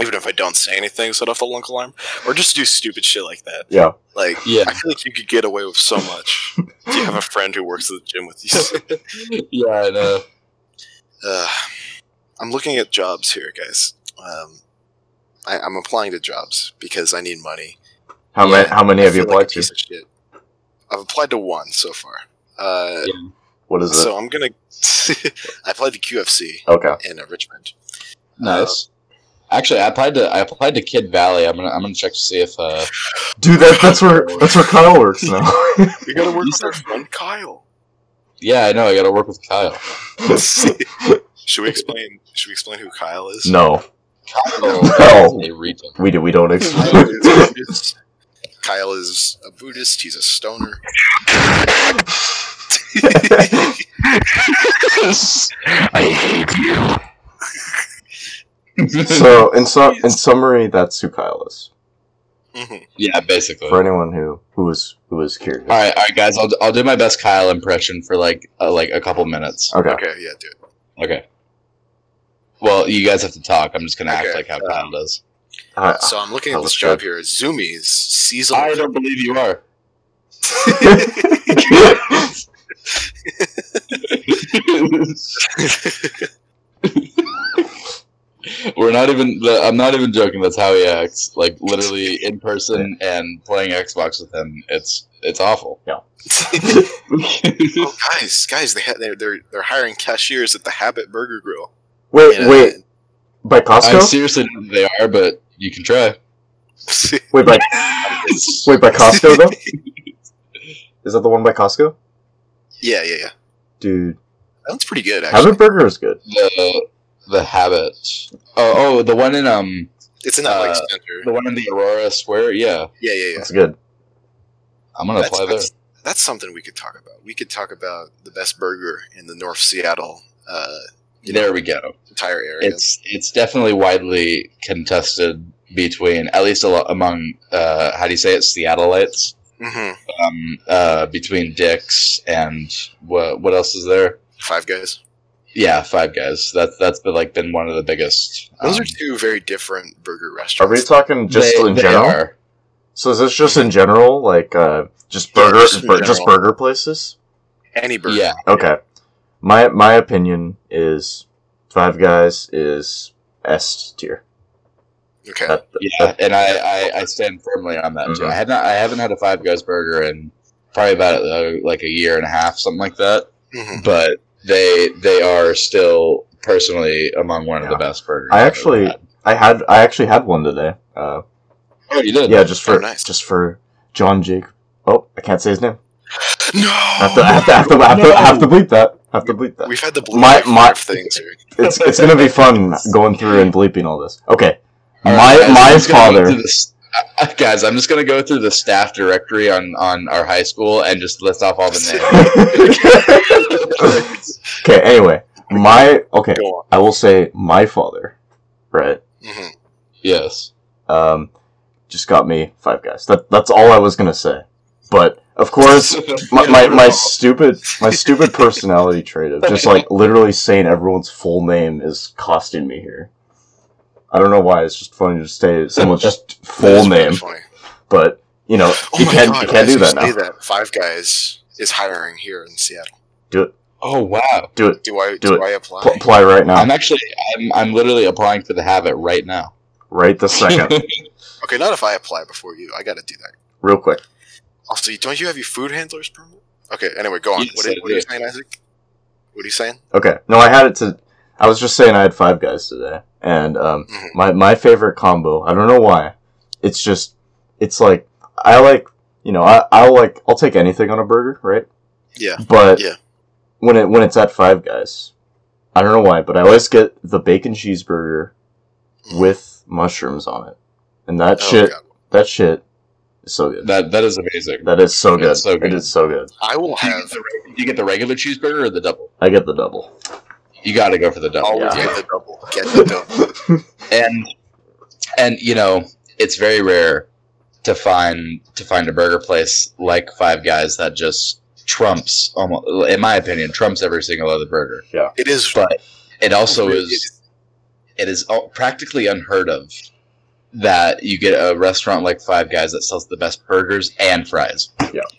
S1: even if I don't say anything, set off the lunk alarm or just do stupid shit like that.
S2: yeah.
S1: Like,
S3: Yeah.
S1: I feel like you could get away with so much. Do you have a friend who works at the gym with you?
S3: yeah, I know.
S1: Uh, I'm looking at jobs here, guys. Um, I, I'm applying to jobs because I need money.
S2: How many how many
S1: I
S2: have you
S1: feel like
S2: applied
S1: a
S2: to?
S1: piece of shit. I've applied to one so far. Uh,
S2: What is it?
S1: so I'm gonna. I applied to QFC
S2: okay.
S1: in uh, Richmond.
S3: Nice. Actually, I applied to I applied to Kid Valley. I'm gonna I'm gonna check to see if uh
S2: Dude, that, that's where that's where Kyle works now.
S1: You gotta work
S3: You
S1: with our friend Kyle.
S3: yeah I know I gotta work with Kyle.
S1: should we explain? Should we explain who Kyle is?
S2: no,
S3: Kyle
S2: No.
S3: is a retard.
S2: we do. We don't. Ex-
S1: Kyle is, Kyle is a Buddhist. He's a stoner.
S2: so, in su- in summary, that's who Kyle is.
S1: Mhm.
S3: yeah, basically.
S2: For anyone who who is who is curious.
S3: All right, all right, guys. I'll, I'll do my best Kyle impression for like uh, like a couple minutes.
S2: Okay.
S1: Okay, yeah, dude.
S3: Okay. Well, you guys have to talk. I'm just gonna act
S1: Okay,
S3: like how
S1: um,
S3: Kyle does.
S2: Uh,
S1: So I'm looking at
S2: That
S1: this
S2: was
S1: job
S2: good.
S1: here. Zoomies seasonal.
S3: I don't believe you are. We're not even. I'm not even joking. That's how he acts. Like literally in person and playing Xbox with him. It's it's awful.
S1: oh, guys, guys, they ha- they're, they're they're hiring cashiers at the Habit Burger Grill. uh,
S2: wait,
S1: in a-
S2: wait. By
S3: I
S2: Costco.
S3: seriously don't know who they are, but you can try.
S2: Wait, by wait by Costco though. Is that the one by Costco?
S1: yeah, yeah, yeah.
S2: Dude,
S1: That one's pretty good. Actually,
S2: Habit Burger is good.
S3: the the habit. Oh, oh, the one in um,
S1: it's in that like
S3: uh,
S1: center.
S3: the one in the Aurora Square. Yeah,
S1: Yeah, yeah, yeah.
S2: It's good.
S3: I'm gonna
S1: That's,
S3: apply there.
S1: that's, that's something we could talk about. We could talk about the best burger in the North Seattle uh, you know,
S3: There we go.
S1: entire area.
S3: It's it's definitely widely contested between at least a lot among uh, how do you say it Seattleites
S1: Mhm.
S3: um, uh, between Dicks and what what else is there?
S1: Five Guys.
S3: Yeah, Five Guys. That's that's been like been one of the biggest.
S1: Those
S3: um,
S1: are two very different burger
S2: Are we
S1: restaurants.
S2: talking just
S3: they-
S2: in
S3: they
S2: general?
S3: are.
S2: So is this just in general, like uh, just
S1: Yeah,
S2: burger,
S1: just in
S2: bur- just
S1: general.
S2: burger places?
S1: Any burger.
S3: Yeah,
S2: Okay. My my opinion is Five Guys is S tier.
S1: Okay.
S2: That-
S3: Yeah, and I, I, I stand firmly on that too.
S2: Mhm.
S3: I had not I haven't had a Five Guys burger in probably about uh, like a year and a half, something like that.
S1: Mhm.
S3: But they they are still personally among one of the
S2: Yeah.
S3: best burgers.
S2: I
S3: I've ever
S2: actually-
S3: had.
S2: I had I actually had one today. Uh,
S3: oh you did
S2: yeah, just for
S1: Oh, nice.
S2: just for John Jake. Oh, I can't say his name.
S1: No.
S2: Have
S3: Oh,
S2: to, have to, have to, have to, have to bleep that. Have to bleep that.
S1: We've had the blue
S2: My-
S1: light
S2: my-
S1: curve things. here.
S2: It's it's gonna be fun going through and bleeping all this. Okay,
S3: All
S2: my
S3: right, guys, I'm
S2: my
S3: just gonna go
S2: father.
S3: through the s- uh, uh, guys, I'm just gonna go through the staff directory on on our high school and just list off all the names.
S2: okay, anyway, my okay.
S1: Go on.
S2: I will say my father, right?
S1: hmm
S3: yes.
S2: Um, just got me five guys. That that's all I was gonna say. But of course, my, my, my stupid my stupid personality trait of just like literally saying everyone's full name is costing me here. I don't know why it's just funny to say someone's just
S1: That
S2: full
S1: is really
S2: name,
S1: funny.
S2: but you know
S1: Oh
S2: you
S1: my
S2: can't
S1: God,
S2: you can't
S1: as
S2: do that
S1: say
S2: now.
S1: That Five Guys is hiring here in Seattle.
S2: Do it,
S3: oh wow!
S2: do it,
S1: Do I do,
S2: Do it.
S1: I apply?
S2: Pl- apply right now,
S3: I'm actually I'm I'm literally applying for the habit right now.
S2: right this second,
S1: okay, not if I apply before you. I got to do that.
S2: real quick.
S1: Also, you- don't you have your food handlers permit? Okay. Anyway, go on.
S3: Yes,
S1: what, are,
S3: I
S1: what are you
S3: do.
S1: saying, Isaac? What are you saying?
S2: Okay. No, I had it to. I was just saying I had five guys today, and um,
S1: Mhm.
S2: my my favorite combo. I don't know why. It's just it's like I like you know I I like I'll take anything on a burger, right?
S1: Yeah.
S2: But
S1: Yeah.
S2: when it when it's at Five Guys, I don't know why, but I always get the bacon cheeseburger
S1: Mhm.
S2: with mushrooms on it, and that
S1: Oh,
S2: shit
S1: God.
S2: that shit is so good.
S3: That that is amazing.
S2: that is so good.
S3: It's so
S2: It
S3: good.
S2: is so good.
S1: I will
S3: Do you, get
S1: have.
S3: the, reg- do you get the regular cheeseburger or the double?
S2: I get the double.
S3: You got to go for the double.
S1: Always
S2: Yeah.
S1: get the double. Get the double.
S3: and and you know it's very rare to find to find a burger place like Five Guys that just trumps almost, in my opinion, trumps every single other burger.
S1: It is.
S3: But it also
S1: Really,
S3: is it is al- practically unheard of that you get a restaurant like Five Guys that sells the best burgers and fries.
S1: Yes.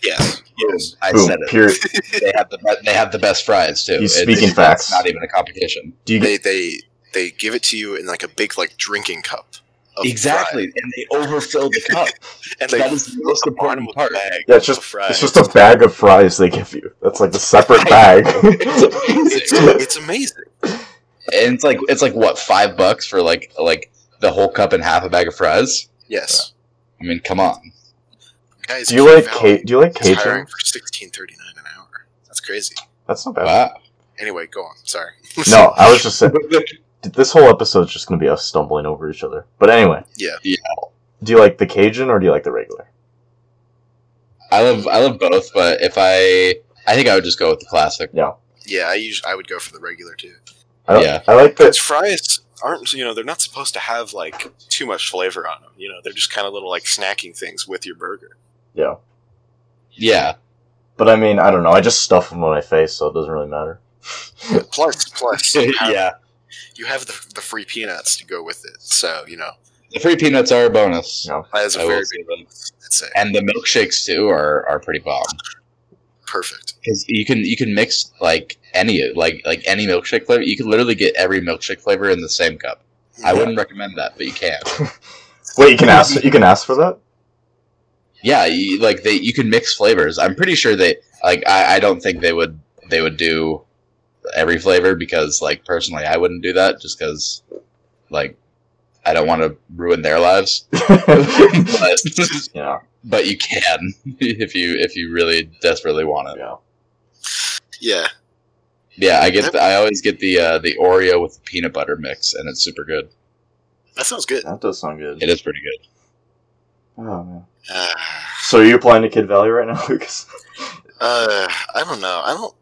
S1: Yes.
S3: I
S2: Boom.
S3: said it.
S2: Period.
S3: They have the be- they have the best fries too.
S2: He's
S3: It's-
S2: speaking
S3: it's
S2: facts.
S3: Not even a competition.
S2: Do you get
S1: They they they give it to you in like a big like drinking cup. Of
S3: Exactly, and they overfill the cup.
S1: fry. And
S3: that
S1: they
S3: is the most important part.
S1: bag.
S2: Yeah, it's just-
S1: of fries.
S2: It's just a bag of fries they give you. That's like a separate bag.
S1: It's, it's amazing.
S3: and it's like it's like what five bucks for like like the whole cup and half a bag of fries.
S1: Yes.
S3: I mean, come on.
S1: Guys,
S2: do you like
S1: Valley
S2: ca- Do you like
S1: is hiring
S2: Cajun?
S1: for sixteen thirty nine an hour. That's crazy.
S2: That's not bad.
S3: Wow.
S1: Anyway, go on. Sorry.
S2: No, I was just saying. dude, This whole episode's just gonna be us stumbling over each other. But anyway.
S1: Yeah.
S3: Yeah.
S2: Do you like the Cajun or do you like the regular?
S3: I love I love both, but if I I think I would just go with the classic.
S1: yeah, I usually I would go for the regular too.
S2: I,
S3: Yeah.
S2: I like
S1: Because
S2: the.
S1: fries aren't you know they're not supposed to have like too much flavor on them. You know they're just kind of little like snacking things with your burger.
S2: Yeah.
S3: Yeah.
S2: But I mean, I don't know. I just stuff them on my face, so it doesn't really matter.
S1: Plus, plus you have,
S3: yeah.
S1: you have the, the free peanuts to go with it. So you know
S3: The free peanuts are a bonus.
S2: No.
S1: that is a
S3: I
S1: very
S3: will
S1: big
S3: say them.
S1: I'd say
S3: And the milkshakes too are, are pretty bomb
S1: perfect.
S3: because you can you can mix like any like like any milkshake flavor. You can literally get every milkshake flavor in the same cup. I wouldn't recommend that, but you can.
S2: Wait, you can ask. You can ask for that.
S3: Yeah, you, like they, you can mix flavors. I'm pretty sure they like. I, I don't think they would they would do every flavor because like personally, I wouldn't do that just because like I don't want to ruin their lives. but,
S2: yeah.
S3: but you can if you if you really desperately want it.
S2: Yeah.
S1: Yeah,
S3: Yeah, I get. The, I always get the uh, the Oreo with the peanut butter mix, and it's super good.
S1: that sounds good.
S2: That does sound good.
S3: It is pretty good.
S2: Oh man.
S1: Uh,
S2: So are you applying to Kid Valley right now, Lucas?
S1: uh, I don't know. I don't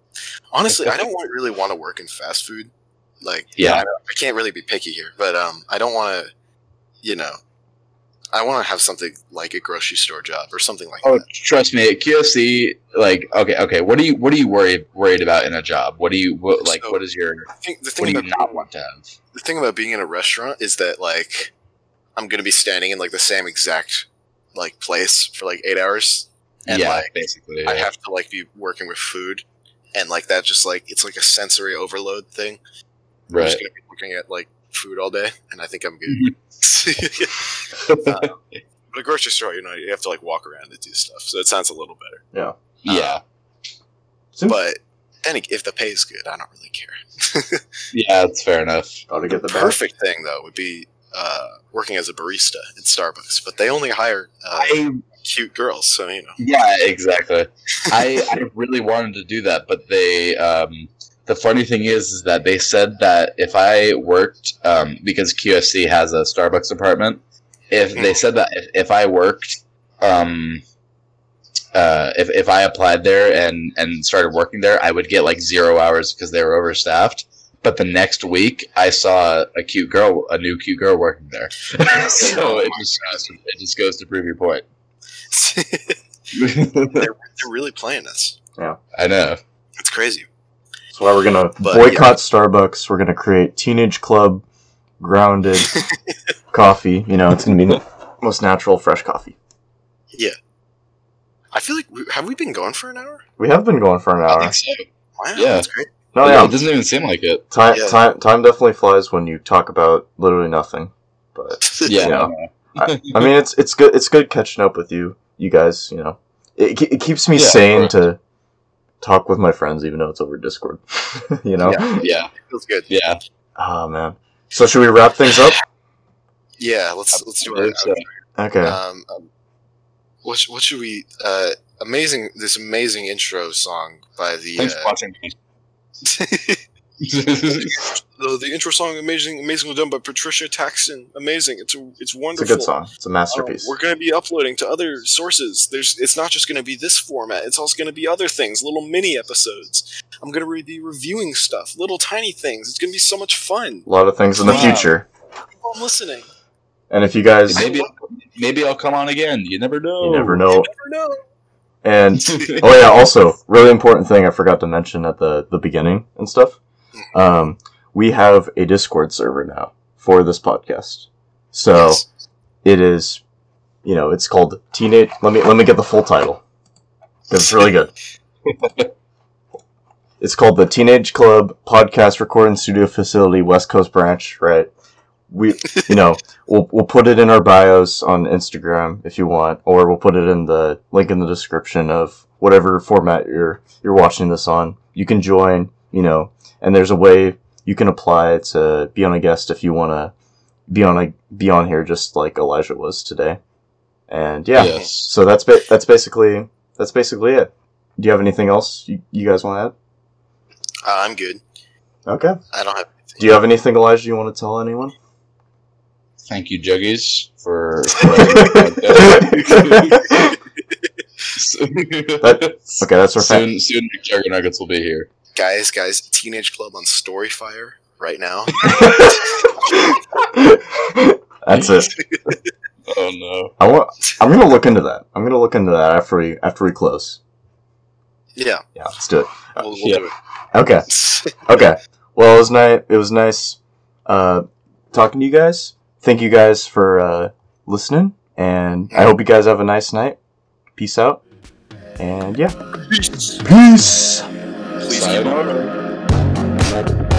S1: honestly. I don't want, really want to work in fast food. Like
S3: Yeah.
S1: I, don't- I can't really be picky here, but um, I don't want to. You know, I want to have something like a grocery store job or something like
S3: Oh,
S1: that.
S3: trust me, at QFC, like okay, okay. What do you what are you worried worried about in a job? What do you what, like?
S1: So-
S3: what is your
S1: I think the
S3: what
S1: thing
S3: do you
S1: about
S3: not want to have?
S1: the thing about being in a restaurant is that like I'm gonna be standing in like the same exact like place for like eight hours, and
S3: yeah,
S1: like
S3: basically.
S1: I
S3: yeah.
S1: have to like be working with food, and like that just like it's like a sensory overload thing. I'm
S3: right.
S1: just gonna be looking at like food all day, and I think I'm
S3: Mhm.
S1: good.
S3: Mm-hmm.
S1: Um, but a grocery store, you know, you have to like walk around and do stuff, so it sounds a little better.
S3: yeah,
S1: uh,
S3: Hmm?
S2: Seems-
S1: But then ag- if the pay is good, I don't really care.
S3: yeah, that's fair enough.
S2: Gotta
S1: The,
S2: get the bag.
S1: perfect thing though would be uh, working as a barista in Starbucks, but they only hire. Uh,
S3: I
S1: cute girls, so you know.
S3: Yeah, exactly. I, I really wanted to do that, but they. Um, the funny thing is, is that they said that if I worked, um, because QFC has a Starbucks department, if they said that if, if I worked, um, uh, if, if I applied there and, and started working there, I would get like zero hours because they were overstaffed. But the next week, I saw a cute girl, a new cute girl working there. so it just goes to- it just goes to prove your point.
S1: They're really playing us.
S3: I know.
S1: It's crazy.
S2: That's why we're gonna
S1: But,
S2: boycott Starbucks. We're gonna create teenage club, grounded coffee. You know, it's gonna be the most natural, fresh coffee.
S1: I feel like we, have we been going for an hour?
S2: We have been going for an
S3: I
S2: hour.
S3: think so.
S1: Wow,
S3: Yeah.
S1: that's great.
S2: No,
S3: Yeah,
S2: Oh, yeah,
S3: it doesn't even seem like it.
S2: time,
S1: Yeah.
S2: time, time definitely flies when you talk about literally nothing. But
S3: Yeah.
S2: Yeah. I mean, it's it's good. It's good catching up with you, you guys. You know, it, ke- it keeps me
S3: Yeah,
S2: sane to talk with my friends, even though it's over Discord. you know.
S3: Yeah.
S1: feels good.
S3: Yeah.
S2: Oh man. So should we wrap things up?
S1: Yeah, let's let's do
S3: I
S1: it.
S3: believe so.
S2: Okay.
S1: Um, um, what sh- what should we? Uh, amazing this amazing intro song by the
S3: Thanks for
S1: uh,
S3: watching. guys.
S1: the, the intro song amazing amazingly done by Patricia Taxton. Amazing, it's a, it's
S2: it's a
S1: wonderful.
S2: good song. It's a
S1: Um,
S2: masterpiece.
S1: we're going to be uploading to other sources. There's, it's not just going to be this format. It's also going to be other things, little mini episodes. I'm going to re- be reviewing stuff, little tiny things. It's going to be so much fun.
S2: a lot of things in the
S3: Wow.
S2: future.
S1: Keep on listening.
S2: And if you guys, you
S3: maybe, maybe I'll come on again. You never know.
S2: never know.
S1: You never know.
S2: And oh yeah, also really important thing I forgot to mention at the the beginning and stuff. Um, we have a Discord server now for this podcast. So
S1: Yes.
S2: it is, you know, it's called teenage. Let me let me get the full title. 'Cause It's really good. it's called the Teenage Club Podcast Recording Studio Facility West Coast Branch. Right. We, you know, we'll we'll put it in our bios on Instagram if you want, or we'll put it in the link in the description of whatever format you're you're watching this on. You can join. You know, and there's a way you can apply to be on a guest if you want to be on a be on here just like Elijah was today. And yeah,
S3: Yes.
S2: so that's ba- that's basically that's basically it. Do you have anything else you, you guys want
S1: Uh, I'm good.
S2: to add? Okay.
S1: I don't have.
S2: Do you have anything, Elijah? You want to tell anyone?
S3: Thank you, Juggies, for.
S2: okay, that's our fa-
S3: soon, soon, Nick Juggernuggets will be here.
S1: Guys, guys, Teenage Club on Storyfire right now.
S2: That's it.
S3: Oh no!
S2: I want. I'm gonna look into that. I'm gonna look into that after we after we close.
S1: yeah,
S2: Yeah, let's do it.
S1: we'll, we'll do
S2: Okay.
S1: it.
S2: Okay. Well, it was nice. It was nice uh, talking to you guys. Thank you guys for uh, listening, and I hope you guys have a nice night. Peace out, and yeah. Peace. Peace.
S1: Please keep
S3: Sayonara.
S1: on.